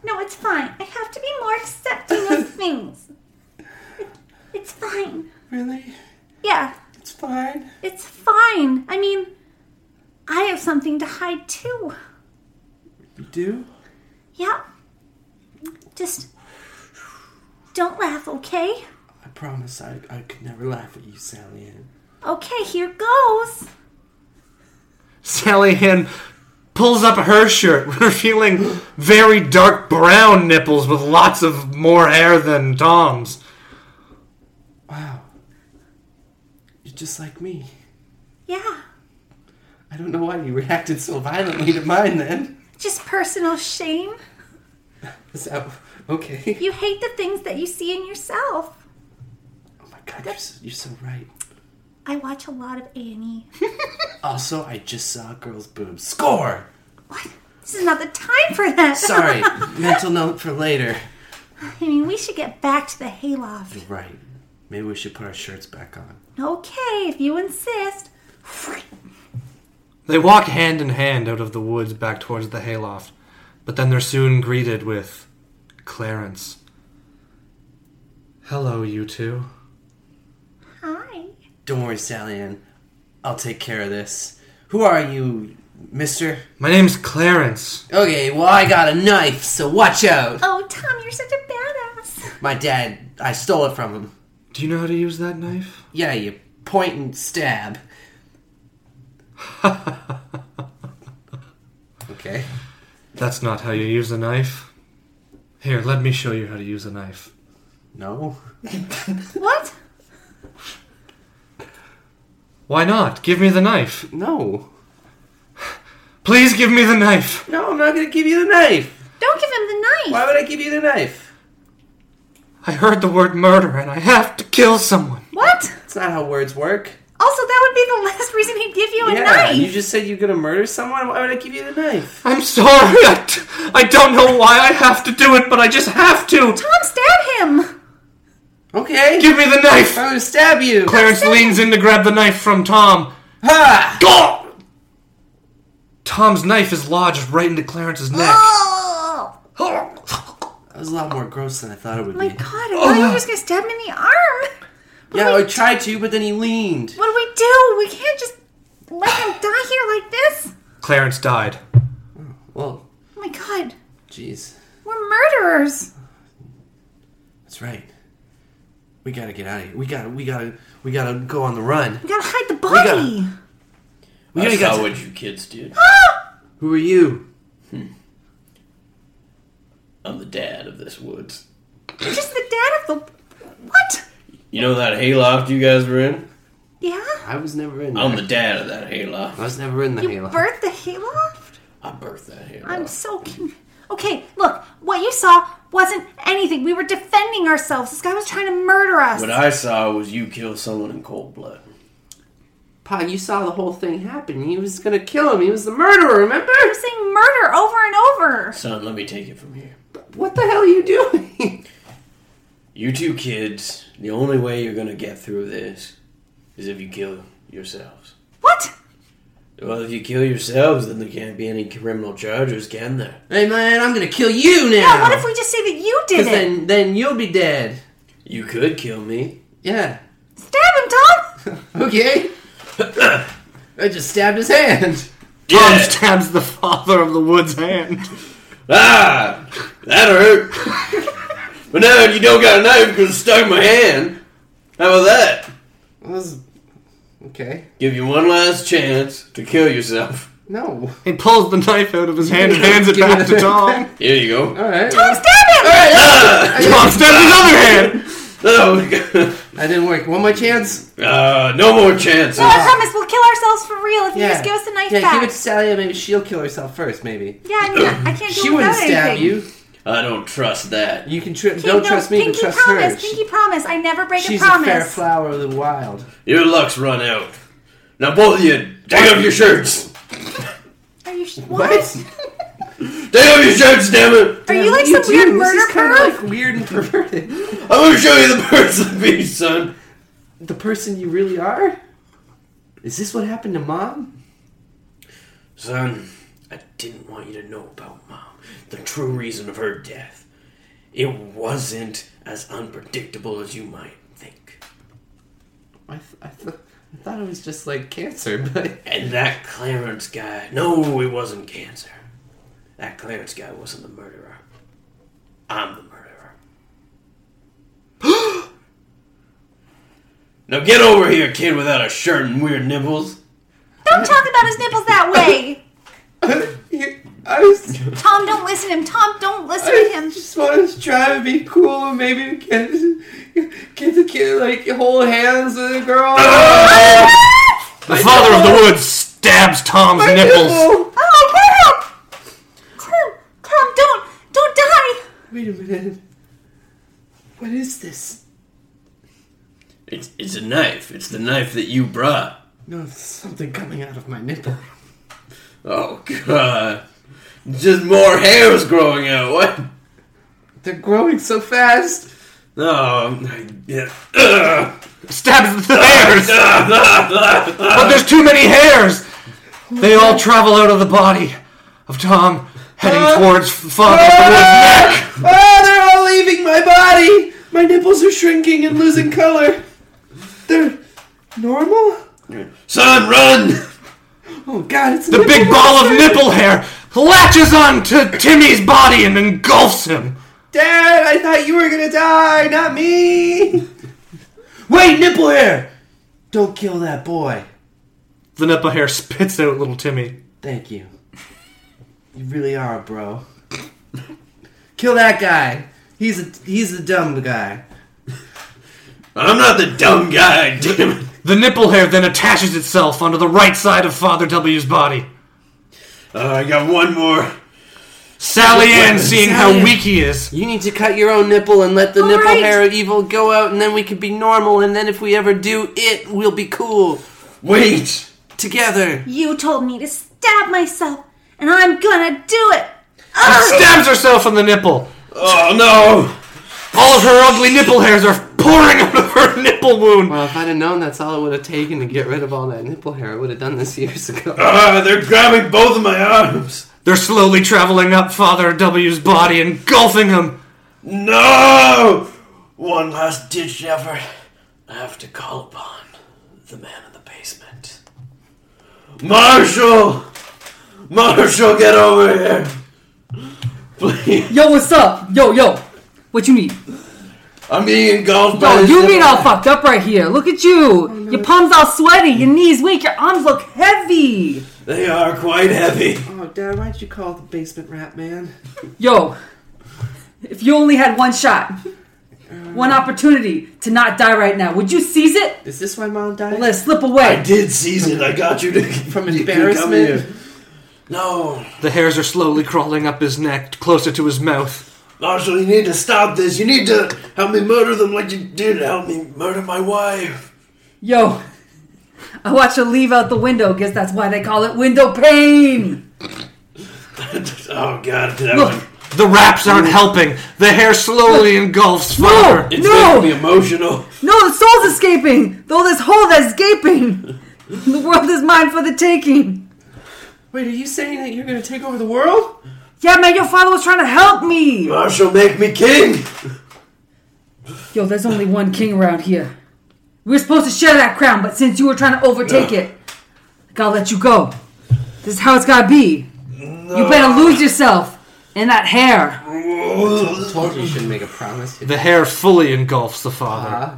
Speaker 5: no, it's fine. I have to be more accepting of things. It's fine.
Speaker 1: Really?
Speaker 5: Yeah,
Speaker 1: It's fine.
Speaker 5: it's fine. I mean, I have something to hide too.
Speaker 1: You do?
Speaker 5: Yeah. Just don't laugh, okay?
Speaker 1: I promise I, I could never laugh at you, Sally Ann.
Speaker 5: Okay, here goes.
Speaker 2: Sally Ann pulls up her shirt, revealing very dark brown nipples with lots of more hair than Tom's.
Speaker 1: Wow. You're just like me.
Speaker 5: Yeah.
Speaker 1: I don't know why you reacted so violently to mine then.
Speaker 5: Just personal shame.
Speaker 1: Is that okay?
Speaker 5: You hate the things that you see in yourself.
Speaker 1: Oh my god, you're so, you're so right.
Speaker 5: I watch a lot of Annie.
Speaker 1: Also, I just saw a girl's boobs. Score!
Speaker 5: What? This is not the time for that.
Speaker 1: Sorry, mental note for later.
Speaker 5: I mean, we should get back to the hayloft.
Speaker 1: Right. Maybe we should put our shirts back on.
Speaker 5: Okay, if you insist.
Speaker 2: They walk hand in hand out of the woods back towards the hayloft, but then they're soon greeted with Clarence. Hello, you two.
Speaker 5: Hi.
Speaker 1: Don't worry, Sally Ann. I'll take care of this. Who are you, mister?
Speaker 2: My name's Clarence.
Speaker 1: Okay, well, I got a knife, so watch out.
Speaker 5: Oh, Tom, you're such a badass.
Speaker 1: My dad, I stole it from him.
Speaker 2: Do you know how to use that knife?
Speaker 1: Yeah, you point and stab. okay.
Speaker 2: That's not how you use a knife. Here, let me show you how to use a knife.
Speaker 1: No.
Speaker 5: What?
Speaker 2: Why not? Give me the knife.
Speaker 1: No.
Speaker 2: Please give me the knife.
Speaker 1: No, I'm not gonna give you the knife.
Speaker 5: Don't give him the knife.
Speaker 1: Why would I give you the knife?
Speaker 2: I heard the word murder and I have to kill someone.
Speaker 5: What?
Speaker 1: That's not how words work.
Speaker 5: Also, that would be the last reason he'd give you a
Speaker 1: yeah,
Speaker 5: knife.
Speaker 1: you just said you're gonna murder someone. Why would I give you the knife?
Speaker 2: I'm sorry. I, t- I don't know why I have to do it, but I just have to.
Speaker 5: Tom, stab him.
Speaker 1: Okay.
Speaker 2: Give me the knife.
Speaker 1: I'm gonna stab you.
Speaker 2: Clarence leans in to grab the knife from Tom.
Speaker 1: Ha!
Speaker 2: Gah! Tom's knife is lodged right into Clarence's neck.
Speaker 5: Oh
Speaker 1: That was a lot more gross than I thought it would
Speaker 5: my
Speaker 1: be.
Speaker 5: Oh. god! I thought you were just gonna stab him in the arm.
Speaker 1: Yeah, I tried to, but then he leaned.
Speaker 5: What do we do? We can't just let him die here like this.
Speaker 2: Clarence died.
Speaker 1: Well,
Speaker 5: Oh my god,
Speaker 1: jeez.
Speaker 5: we're murderers.
Speaker 1: That's right. We gotta get out of here. We gotta, we gotta, we gotta go on the run.
Speaker 5: We gotta hide the body.
Speaker 1: We
Speaker 3: I
Speaker 1: gotta
Speaker 3: saw
Speaker 1: get.
Speaker 3: what you kids did.
Speaker 1: Who are you?
Speaker 3: I'm the dad of this woods.
Speaker 5: You're just the dad of the. What?
Speaker 3: You know that hayloft you guys were in?
Speaker 5: Yeah?
Speaker 1: I was never in.
Speaker 3: I'm
Speaker 1: There.
Speaker 3: the dad of that hayloft.
Speaker 1: I was never in the
Speaker 5: You
Speaker 1: Halo.
Speaker 5: birthed the hayloft?
Speaker 3: I birthed that hayloft.
Speaker 5: I'm so confused. Okay, look, what you saw wasn't anything. We were defending ourselves. This guy was trying to murder us.
Speaker 3: What I saw was you kill someone in cold blood.
Speaker 1: Pa, you saw the whole thing happen. He was gonna kill him. He was the murderer. Remember?
Speaker 5: You're saying murder over and over.
Speaker 3: Son, let me take it from here.
Speaker 1: What the hell are you doing?
Speaker 3: You two kids, the only way you're gonna get through this is if you kill yourselves.
Speaker 5: What?
Speaker 3: Well, if you kill yourselves, then there can't be any criminal charges, can there?
Speaker 1: hey man, I'm gonna kill you now.
Speaker 5: Yeah, what if we just say that you did it?
Speaker 1: 'Cause then, then you'll be dead.
Speaker 3: You could kill me.
Speaker 1: Yeah.
Speaker 5: Stab him, Tom!
Speaker 1: Okay. I just stabbed his hand.
Speaker 2: Tom
Speaker 3: Yeah.
Speaker 2: stabs the father of the woods hand.
Speaker 3: Ah! That hurt! but now you don't got a knife because it stuck in my hand. How about that?
Speaker 1: Was okay.
Speaker 3: Give you one last chance to kill yourself.
Speaker 1: No.
Speaker 2: He pulls the knife out of his hand and hands it
Speaker 1: Give me
Speaker 2: back
Speaker 1: the-
Speaker 2: to Tom.
Speaker 3: Here you go.
Speaker 1: All right.
Speaker 5: Tom, stab him!
Speaker 3: Ah!
Speaker 2: Tom stabs his other hand.
Speaker 3: Oh my God.
Speaker 1: That didn't work. One more chance.
Speaker 3: Ah, no more chances.
Speaker 5: No, I promise we'll kill ourselves for real if you just give us the knife
Speaker 1: yeah,
Speaker 5: back.
Speaker 1: give it to Sally. Maybe she'll kill herself first. Maybe
Speaker 5: Yeah, I mean, I I can't do
Speaker 1: she
Speaker 5: it without
Speaker 1: wouldn't stab
Speaker 5: anything.
Speaker 1: you.
Speaker 3: I don't trust that.
Speaker 1: You can tr-
Speaker 5: Pinky-
Speaker 1: don't
Speaker 5: no,
Speaker 1: trust me, but
Speaker 5: Pinky
Speaker 1: trust
Speaker 5: promise,
Speaker 1: her.
Speaker 5: Pinky promise. I never break
Speaker 1: She's
Speaker 5: a
Speaker 1: a fair
Speaker 5: promise.
Speaker 1: flower of the wild.
Speaker 3: Your luck's run out. Now both of you, take off your shirts.
Speaker 5: Are you sh- what?
Speaker 1: What?
Speaker 3: Take off your shirts, damn it!
Speaker 5: Are you like
Speaker 1: What
Speaker 5: some
Speaker 1: are you doing?
Speaker 5: weird
Speaker 1: This
Speaker 5: murder
Speaker 1: is kind
Speaker 5: perv?
Speaker 1: of like weird and perverted.
Speaker 3: I'm gonna show you the person me, son.
Speaker 1: the person you really are. Is this what happened to mom?
Speaker 3: Son, I didn't want you to know about Mom. The true reason of her death. It wasn't as unpredictable as you might think.
Speaker 1: I, th- I, th- I thought it was just like cancer, but
Speaker 3: And that Clarence guy. No, it wasn't cancer. That Clarence guy wasn't the murderer. I'm the murderer. now get over here, kid, without a shirt and weird nipples.
Speaker 5: Don't talk about his nipples that way.
Speaker 1: I was.
Speaker 5: Tom, don't listen to him. Tom, don't listen to
Speaker 1: I
Speaker 5: him.
Speaker 1: just want to try to be cool and maybe get get the kid like hold hands with a girl.
Speaker 2: The father of the woods stabs Tom's nipples.
Speaker 5: Oh, get him! Tom, Tom, don't, don't die.
Speaker 1: Wait a minute. What is this?
Speaker 3: It's, it's a knife. It's the knife that you brought.
Speaker 1: No, it's something coming out of my nipple.
Speaker 3: Oh god. Just more hairs growing out. What?
Speaker 1: They're growing so fast.
Speaker 3: No. I'm- yeah. Ugh.
Speaker 2: Stabs the hairs. but there's too many hairs. They all travel out of the body of Tom, heading towards father of the woods.
Speaker 1: Ah! Ah, they're all leaving my body. My nipples are shrinking and losing color. They're normal.
Speaker 3: Son, run!
Speaker 1: Oh God, it's
Speaker 2: The big ball of nipple hair latches onto Timmy's body and engulfs him.
Speaker 1: Dad, I thought you were gonna die, not me. Wait, nipple hair. Don't kill that boy.
Speaker 2: The nipple hair spits out little Timmy.
Speaker 1: Thank you. You really are, bro. Kill that guy. He's a he's the dumb guy.
Speaker 3: I'm not the dumb guy, damn it.
Speaker 2: The nipple hair then attaches itself onto the right side of Father W's body.
Speaker 3: Uh, I got one more.
Speaker 2: Sally Ann, seeing how
Speaker 1: Sally Ann.
Speaker 2: weak he is,
Speaker 1: You need to cut your own nipple and let the nipple
Speaker 5: right.
Speaker 1: hair of evil go out, and then we can be normal. And then if we ever do, it will be cool
Speaker 3: Wait!
Speaker 1: together.
Speaker 5: You told me to stab myself, and I'm gonna do it.
Speaker 2: stabs herself in the nipple.
Speaker 3: Oh no!
Speaker 2: All of her ugly nipple hairs are pouring out of her nipple wound.
Speaker 1: Well, if I'd have known that's all it would have taken to get rid of all that nipple hair, I would have done this years ago.
Speaker 3: Ah, they're grabbing both of my arms!
Speaker 2: They're slowly traveling up Father W's body, engulfing him.
Speaker 3: No! One last ditch effort. I have to call upon the man in the basement. Marshall! Marshall, get over here! Please.
Speaker 4: Yo, what's up? Yo, yo. What you need?
Speaker 3: I'm being engulfed by
Speaker 4: Yo,
Speaker 3: this
Speaker 4: you mean
Speaker 3: little-
Speaker 4: all fucked up right here. Look at you. Your palms all sweaty. Your knees weak. Your arms look heavy.
Speaker 3: They are quite heavy.
Speaker 1: Oh, Dad, why'd you call it the basement rat man?
Speaker 4: Yo, if you only had one shot, one opportunity to not die right now, would you seize it?
Speaker 1: Is this why Mom died?
Speaker 4: Or let it slip
Speaker 3: I
Speaker 4: away.
Speaker 3: did seize it. I got you to
Speaker 1: From
Speaker 3: you to come
Speaker 1: embarrassment?
Speaker 3: here. No,
Speaker 2: The hairs are slowly crawling up his neck, closer to his mouth.
Speaker 3: Marshall, you need to stop this. You need to help me murder them like you did help me murder my wife.
Speaker 4: Yo, I watch her leave out the window. Guess that's why they call it window pane.
Speaker 3: oh God, that
Speaker 4: Look,
Speaker 3: one.
Speaker 2: The wraps aren't helping. The hair slowly engulfs
Speaker 4: no,
Speaker 2: farther.
Speaker 3: It's
Speaker 4: no.
Speaker 3: making me emotional.
Speaker 4: No, the soul's escaping! Though this hole that's gaping! the world is mine for the taking!
Speaker 1: Wait, are you saying that you're gonna take over the world?
Speaker 4: Yeah, man, your father was trying to help me!
Speaker 3: Marshall, make me king.
Speaker 4: Yo, there's only one king around here. We were supposed to share that crown, but since you were trying to overtake it, I gotta let you go. This is how it's gotta be. You better lose yourself in that hair.
Speaker 1: Told you you shouldn't make a promise.
Speaker 2: The hair fully engulfs the father.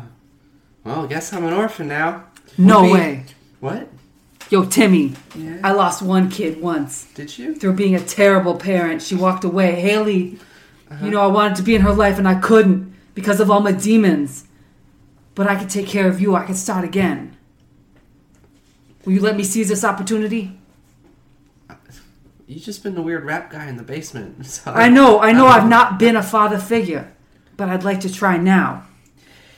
Speaker 1: Well, I guess I'm an orphan now.
Speaker 4: No
Speaker 1: Maybe-
Speaker 4: way.
Speaker 1: What?
Speaker 4: Yo, Timmy,
Speaker 1: Yeah.
Speaker 4: I lost one kid once.
Speaker 1: Did you?
Speaker 4: through being a terrible parent. She walked away. Haley, you know, I wanted to be in her life and I couldn't because of all my demons. But I could take care of you. I could start again. Will you let me seize this opportunity?
Speaker 1: You just been the weird rap guy in the basement. I'm sorry.
Speaker 4: I know, I know I've not been a father figure, but I'd like to try now.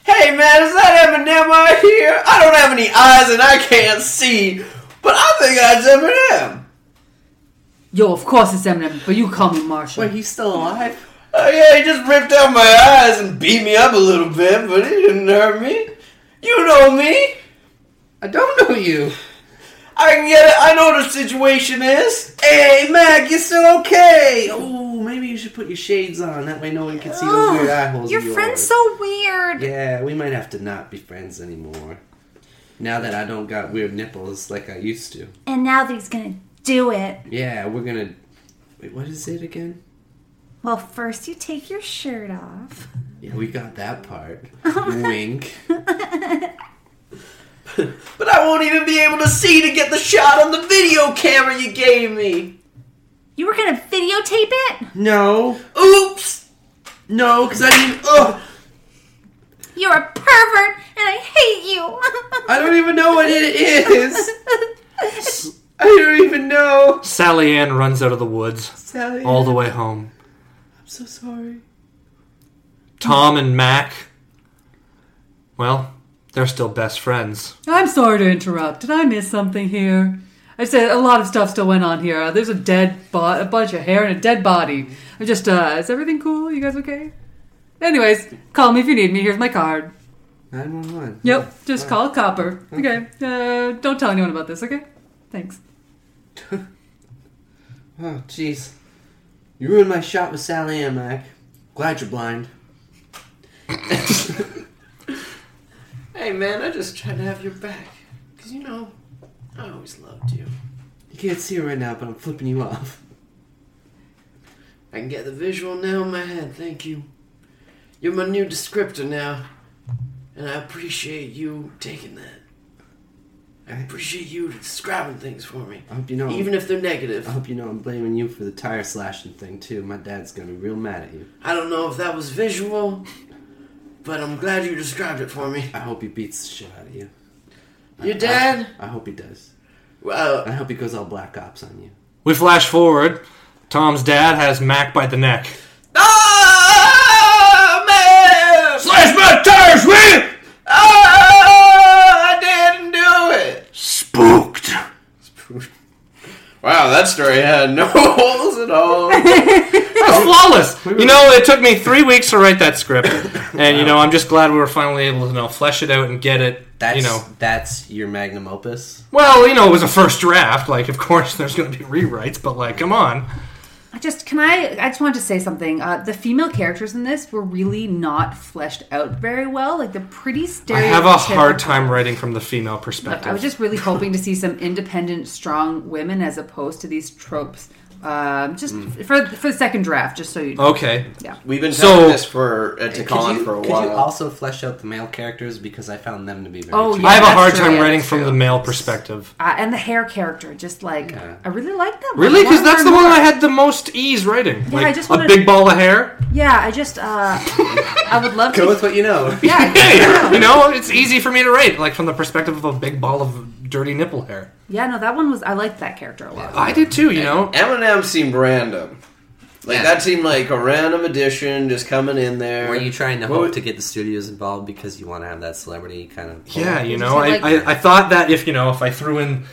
Speaker 1: Hey man, is that Eminem I hear? I don't have any eyes and I can't see, but I think that's Eminem.
Speaker 4: Yo, of course it's Eminem, but you call me Marshall.
Speaker 1: Wait, he's still alive?
Speaker 3: Oh yeah, he just ripped out my eyes and beat me up a little bit, but he didn't hurt me. You know me.
Speaker 1: I don't know you.
Speaker 3: I can get it. I know what the situation is.
Speaker 1: Hey Mac, you still okay? Oh, maybe you should put your shades on. That way, no one can see those weird eye holes.
Speaker 5: Oh, Your
Speaker 1: of yours.
Speaker 5: friend's so weird.
Speaker 1: Yeah, we might have to not be friends anymore. Now that I don't got weird nipples like I used to.
Speaker 5: And now that he's gonna do it.
Speaker 1: Yeah, we're gonna. Wait, what is it again?
Speaker 5: Well, first you take your shirt off.
Speaker 1: Yeah, we got that part. Wink.
Speaker 3: But I won't even be able to see to get the shot on the video camera you gave me.
Speaker 5: You were gonna videotape it?
Speaker 1: No,
Speaker 3: Oops.
Speaker 1: no, because I didn't. Ugh,
Speaker 5: You're a pervert and I hate you.
Speaker 1: I don't even know what it is. I don't even know.
Speaker 2: Sally Ann runs out of the woods
Speaker 1: Sally,
Speaker 2: all the way home.
Speaker 1: I'm so sorry.
Speaker 2: Tom and Mac, well, they're still best friends.
Speaker 4: I'm sorry to interrupt. Did I miss something here? I said a lot of stuff still went on here. Uh, There's a dead, bo- a bunch of hair and a dead body. I'm just, uh, is everything cool? You guys okay? Anyways, call me if you need me. Here's my card.
Speaker 1: Nine one one.
Speaker 4: Yep, just call copper. Okay. Uh, don't tell anyone about this. Okay. Thanks.
Speaker 1: Oh, jeez. You ruined my shot with Sally and Mac. Glad you're blind.
Speaker 9: Hey, man, I just tried to have your back. Because, you know, I always loved you.
Speaker 1: You can't see her right now, but I'm flipping you off.
Speaker 9: I can get the visual now in my head, thank you. You're my new descriptor now. And I appreciate you taking that. I appreciate you describing things for me.
Speaker 1: I hope you know.
Speaker 9: Even if they're negative.
Speaker 1: I hope you know I'm blaming you for the tire slashing thing too. My dad's gonna be real mad at you.
Speaker 9: I don't know if that was visual, but I'm glad you described it for me.
Speaker 1: I hope he beats the shit out of you.
Speaker 9: Your dad?
Speaker 1: I hope he does.
Speaker 9: Well,
Speaker 1: I hope he goes all black ops on you.
Speaker 2: We flash forward. Tom's dad has Mac by the neck.
Speaker 3: Ah, man!
Speaker 2: Slash my tires, will
Speaker 3: Ah, I didn't do it.
Speaker 2: Spooked!
Speaker 3: Wow, that story had no holes at all.
Speaker 2: That's flawless! You know, it took me three weeks to write that script. And, you know, I'm just glad we were finally able to, you know, flesh it out and get it,
Speaker 1: That's
Speaker 2: you know.
Speaker 1: that's your magnum opus.
Speaker 2: Well, you know, it was a first draft. Like, of course, there's going to be rewrites, but, like, come on.
Speaker 4: I just can I? I just wanted to say something. Uh, the female characters in this were really not fleshed out very well. Like the pretty stereotypical.
Speaker 2: I have a hard time writing from the female perspective.
Speaker 4: I was just really hoping to see some independent, strong women as opposed to these tropes. Um, just
Speaker 2: Mm.
Speaker 4: for for the second draft, just so you.
Speaker 2: Okay.
Speaker 4: Yeah.
Speaker 1: We've been
Speaker 2: So-
Speaker 1: telling this for uh, to
Speaker 2: Could
Speaker 1: Colin
Speaker 2: you-
Speaker 1: for a
Speaker 2: could you
Speaker 1: while.
Speaker 2: also
Speaker 1: flesh out the male characters because I found them to be very?
Speaker 4: Oh, cute. yeah,
Speaker 2: I have a
Speaker 4: that's
Speaker 2: hard
Speaker 4: true,
Speaker 2: time
Speaker 4: yeah,
Speaker 2: writing
Speaker 4: that's
Speaker 2: from the male perspective.
Speaker 4: Uh, and the hair character, just like I really like that. one.
Speaker 2: Really? Because
Speaker 4: I wanna
Speaker 2: that's the
Speaker 4: learn
Speaker 2: one
Speaker 4: more.
Speaker 2: I had the most ease writing.
Speaker 4: Yeah,
Speaker 2: like,
Speaker 4: I just
Speaker 2: a
Speaker 4: wanted-
Speaker 2: big ball of hair.
Speaker 4: Yeah, I just uh, I would love to.
Speaker 1: what you know.
Speaker 4: Yeah,
Speaker 2: you know, it's easy for me to write, like from the perspective of a big ball of dirty nipple hair.
Speaker 4: yeah, no, that one was I liked that character a lot.
Speaker 2: I did too, you know.
Speaker 8: Eminem seemed random. Like that seemed like a random addition, just coming in there.
Speaker 1: Were you trying to
Speaker 8: What
Speaker 1: hope
Speaker 8: would-
Speaker 1: to get the studios involved because you want to have that celebrity kind of? pull?
Speaker 2: Yeah, you know,
Speaker 4: had,
Speaker 2: I,
Speaker 4: like-
Speaker 2: I, I thought that if you know if I threw in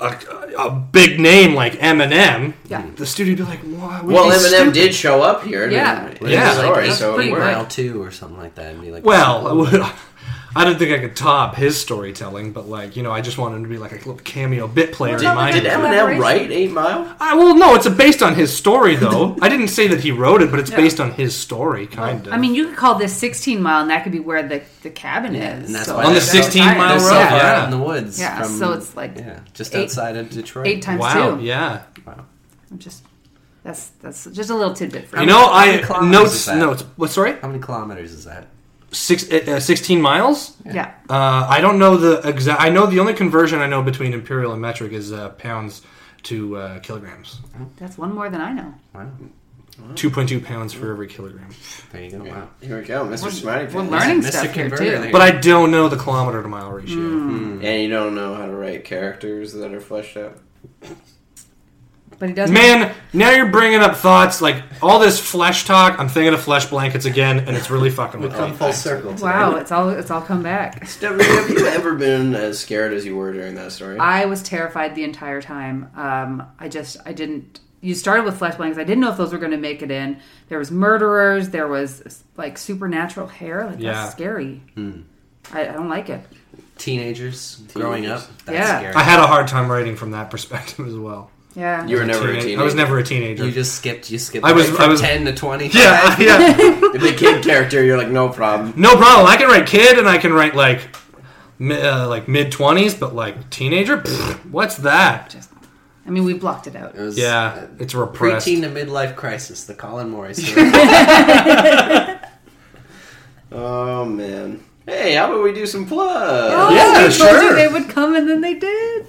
Speaker 2: a, a big name like Eminem,
Speaker 4: Yeah.
Speaker 2: the studio would be like, "Why?" would
Speaker 8: Well,
Speaker 2: be
Speaker 8: Eminem
Speaker 2: stupid?"
Speaker 8: did show up here. and-
Speaker 4: Yeah.
Speaker 8: and
Speaker 2: Yeah.
Speaker 8: he's sorry,
Speaker 4: That's
Speaker 8: so
Speaker 4: pretty
Speaker 8: it worked.
Speaker 4: good.
Speaker 1: Mile two or something like that, and be like,
Speaker 2: Well, I would- I don't think I could top his storytelling, but like you know, I just want him to be like a little cameo bit player
Speaker 4: What
Speaker 2: in
Speaker 4: about
Speaker 2: my.
Speaker 4: the
Speaker 8: Did
Speaker 2: movie.
Speaker 8: Eminem write Eight Mile?
Speaker 2: I, well, no, it's based on his story though. I didn't say that he wrote it, but it's based on his story, kind of.
Speaker 4: I mean, you could call this 16 mile, and that could be where the, the cabin is.
Speaker 1: and that's
Speaker 4: so-
Speaker 1: why
Speaker 2: on the
Speaker 1: they're so-
Speaker 2: 16
Speaker 4: they're
Speaker 2: mile
Speaker 1: they're
Speaker 2: road,
Speaker 1: so far out in
Speaker 2: yeah.
Speaker 1: the woods.
Speaker 4: Yeah,
Speaker 1: from-
Speaker 4: so it's like
Speaker 1: yeah, just
Speaker 4: eight-
Speaker 1: outside of Detroit.
Speaker 4: Eight times
Speaker 2: Wow,
Speaker 4: two.
Speaker 2: yeah.
Speaker 4: I'm just that's that's just a little tidbit for
Speaker 2: You know,
Speaker 1: how many
Speaker 2: I
Speaker 1: kilometers is
Speaker 2: notes
Speaker 1: that?
Speaker 2: notes. What? Sorry,
Speaker 1: How many kilometers is that?
Speaker 2: six uh, uh, 16 miles.
Speaker 4: Yeah. yeah.
Speaker 2: Uh, I don't know the exact. I know the only conversion I know between imperial and metric is uh, pounds to uh, kilograms.
Speaker 4: That's one more than I know.
Speaker 1: Wow,
Speaker 2: Two point two pounds for every kilogram.
Speaker 1: there you go. Wow.
Speaker 8: Here we go, mister Smarty
Speaker 4: We're
Speaker 8: Pants.
Speaker 4: learning
Speaker 1: Mr.
Speaker 4: stuff here
Speaker 1: Converter
Speaker 4: too.
Speaker 1: there.
Speaker 2: But I don't know the kilometer to mile ratio.
Speaker 8: And you don't know how to write characters that are fleshed out.
Speaker 4: But he does
Speaker 2: Man, now you're bringing up thoughts like all this flesh talk. I'm thinking of flesh blankets again, and it's really fucking with me.
Speaker 1: full circle. today.
Speaker 4: Wow, it's all it's all come back.
Speaker 8: Deborah, have you ever been as scared as you were during that story?
Speaker 4: I was terrified the entire time. Um, I just I didn't. You started with flesh blanks. I didn't know if those were going to make it in. There was murderers. There was like supernatural hair. Like
Speaker 2: Yeah.
Speaker 4: that's scary.
Speaker 1: Hmm.
Speaker 4: I, I don't like it.
Speaker 1: Teenagers, growing up. That's
Speaker 4: Yeah.
Speaker 1: scary.
Speaker 2: I had a hard time writing from that perspective as well.
Speaker 4: Yeah.
Speaker 8: you were never a
Speaker 2: Teenage-
Speaker 8: teenager.
Speaker 2: I was never a teenager.
Speaker 1: you just skipped. You skipped.
Speaker 2: I was-
Speaker 1: right from
Speaker 2: I was-
Speaker 1: ten to twenty.
Speaker 2: yeah, yeah.
Speaker 8: If the kid character, you're like, no problem.
Speaker 2: No problem. I can write kid, and I can write like, mi- uh, like mid twenties, but like teenager. Pfft, what's that?
Speaker 4: Just, I mean, we blocked it out.
Speaker 1: It was,
Speaker 2: Yeah, it's repressed.
Speaker 1: Preteen to midlife crisis, the Colin Morris. story.
Speaker 8: Oh man. Hey, how about we do some plugs?
Speaker 2: Yeah,
Speaker 4: they told
Speaker 2: sure.
Speaker 4: you Oh, they would come, and then they did.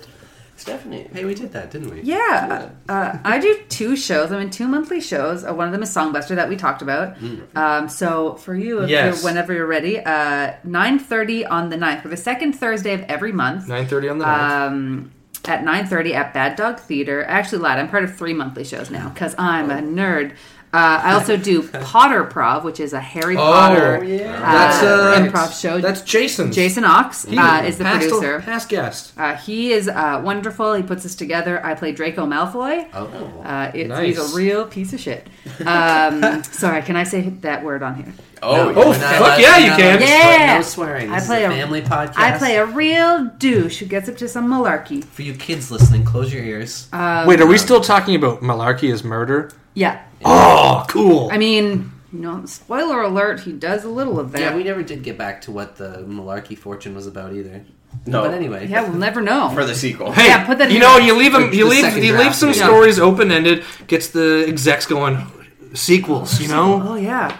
Speaker 8: Stephanie.
Speaker 1: hey, we did that, didn't we?
Speaker 4: Yeah, uh, I do two shows. I'm in two monthly shows. Uh, one of them is Songbuster that we talked about. Um, so for you, if
Speaker 2: Mm. Yes.
Speaker 4: you're, whenever you're ready, uh, 9.30 on the 9th. We're the second Thursday of every month
Speaker 2: Nine thirty on the night.
Speaker 4: um, at 9.30 at Bad Dog Theater. I actually lied. I'm part of three monthly shows now because I'm
Speaker 2: Oh.
Speaker 4: a nerd. Uh, I also do Potter Prov, which is a
Speaker 2: Oh,
Speaker 4: Harry Potter oh, uh,
Speaker 2: That's, uh,
Speaker 4: improv show.
Speaker 2: That's Jason's.
Speaker 4: Jason Ox uh, is the
Speaker 2: past,
Speaker 4: producer.
Speaker 2: Past guest.
Speaker 4: Uh, he is uh, wonderful. He puts us together. I play Draco Malfoy.
Speaker 1: Oh.
Speaker 4: Uh, it's,
Speaker 2: Nice.
Speaker 4: He's a real piece of shit. Um, sorry, can I say that word on here?
Speaker 8: Oh,
Speaker 2: Oh,
Speaker 1: We're not
Speaker 2: fuck
Speaker 1: allowed-
Speaker 2: yeah, you
Speaker 1: we're not
Speaker 2: can.
Speaker 1: allowed to swear-
Speaker 4: Yeah.
Speaker 1: No swearing.
Speaker 4: I
Speaker 1: This is
Speaker 4: play a-
Speaker 1: a family podcast.
Speaker 4: I play a real douche who gets up to some malarkey.
Speaker 1: For you kids listening, close your ears.
Speaker 4: Oh,
Speaker 2: Wait, are we still talking about malarkey is murder?
Speaker 4: Yeah,
Speaker 2: Oh, cool.
Speaker 4: I mean, you know, spoiler alert, he does a little of that.
Speaker 1: yeah, we never did get back to what the malarkey fortune was about either.
Speaker 8: No.
Speaker 1: But anyway.
Speaker 4: Yeah, we'll never know.
Speaker 8: for the sequel.
Speaker 2: Hey,
Speaker 4: yeah, put that in
Speaker 2: you
Speaker 4: your-
Speaker 2: know, you leave 'em-
Speaker 1: The-
Speaker 2: you
Speaker 1: the
Speaker 2: leave,
Speaker 1: second
Speaker 2: you leave
Speaker 1: draft,
Speaker 2: some
Speaker 1: yeah.
Speaker 2: stories open ended, gets the execs going. Sequels, you know.
Speaker 4: oh yeah,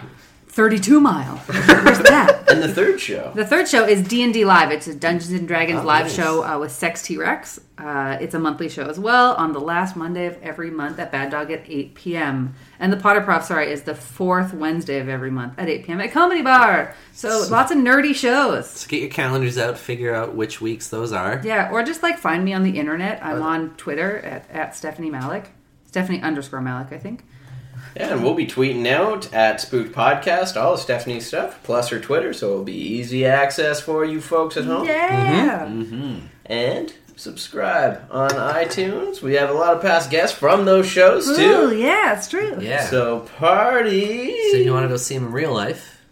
Speaker 4: thirty-two mile. Where's that?
Speaker 8: And the third show.
Speaker 4: The third show is D and D Live. It's a Dungeons and Dragons live show uh, with Sex T Rex. Uh, it's a monthly show as well on the last Monday of every month at Bad Dog at eight p.m. And the Potter Prof, sorry, is the fourth Wednesday of every month at eight p.m. at Comedy Bar. So lots of nerdy shows.
Speaker 1: So get your calendars out, figure out which weeks those are.
Speaker 4: Yeah, or just like find me on the internet. I'm on Twitter at, at Stephanie Malik. Stephanie underscore Malik, I think.
Speaker 8: And we'll be tweeting out at Spooked Podcast all of Stephanie's stuff, plus her Twitter, so it'll be easy access for you folks at home.
Speaker 4: Yeah.
Speaker 8: And subscribe on iTunes. We have a lot of past guests from those shows
Speaker 4: Ooh,
Speaker 8: too.
Speaker 4: yeah, it's true.
Speaker 1: Yeah. So,
Speaker 8: So party.
Speaker 1: if you want to go see him in real life,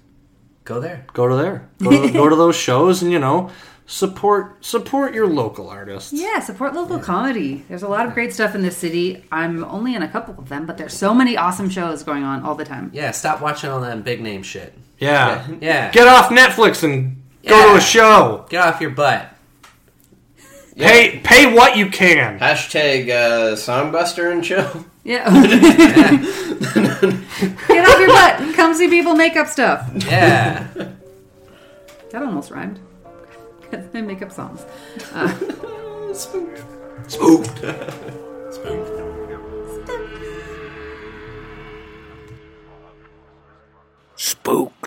Speaker 1: go there.
Speaker 2: Go to there. Go to, go to those shows, and you know, Support support your local artists.
Speaker 4: Yeah, support local comedy. There's a lot of great stuff in this city. I'm only in a couple of them, but there's so many awesome shows going on all the time.
Speaker 1: Yeah, stop watching all that big name shit.
Speaker 2: Yeah.
Speaker 1: Yeah.
Speaker 2: Get off Netflix and go
Speaker 1: Yeah.
Speaker 2: to a show.
Speaker 1: Get off your butt.
Speaker 2: Pay pay what you can.
Speaker 8: Hashtag uh, Songbuster and chill.
Speaker 4: Yeah. Get off your butt. Come see people make up stuff.
Speaker 1: Yeah.
Speaker 4: That almost rhymed. 'Cause they make up songs. Uh,
Speaker 6: Spooked. Spooked.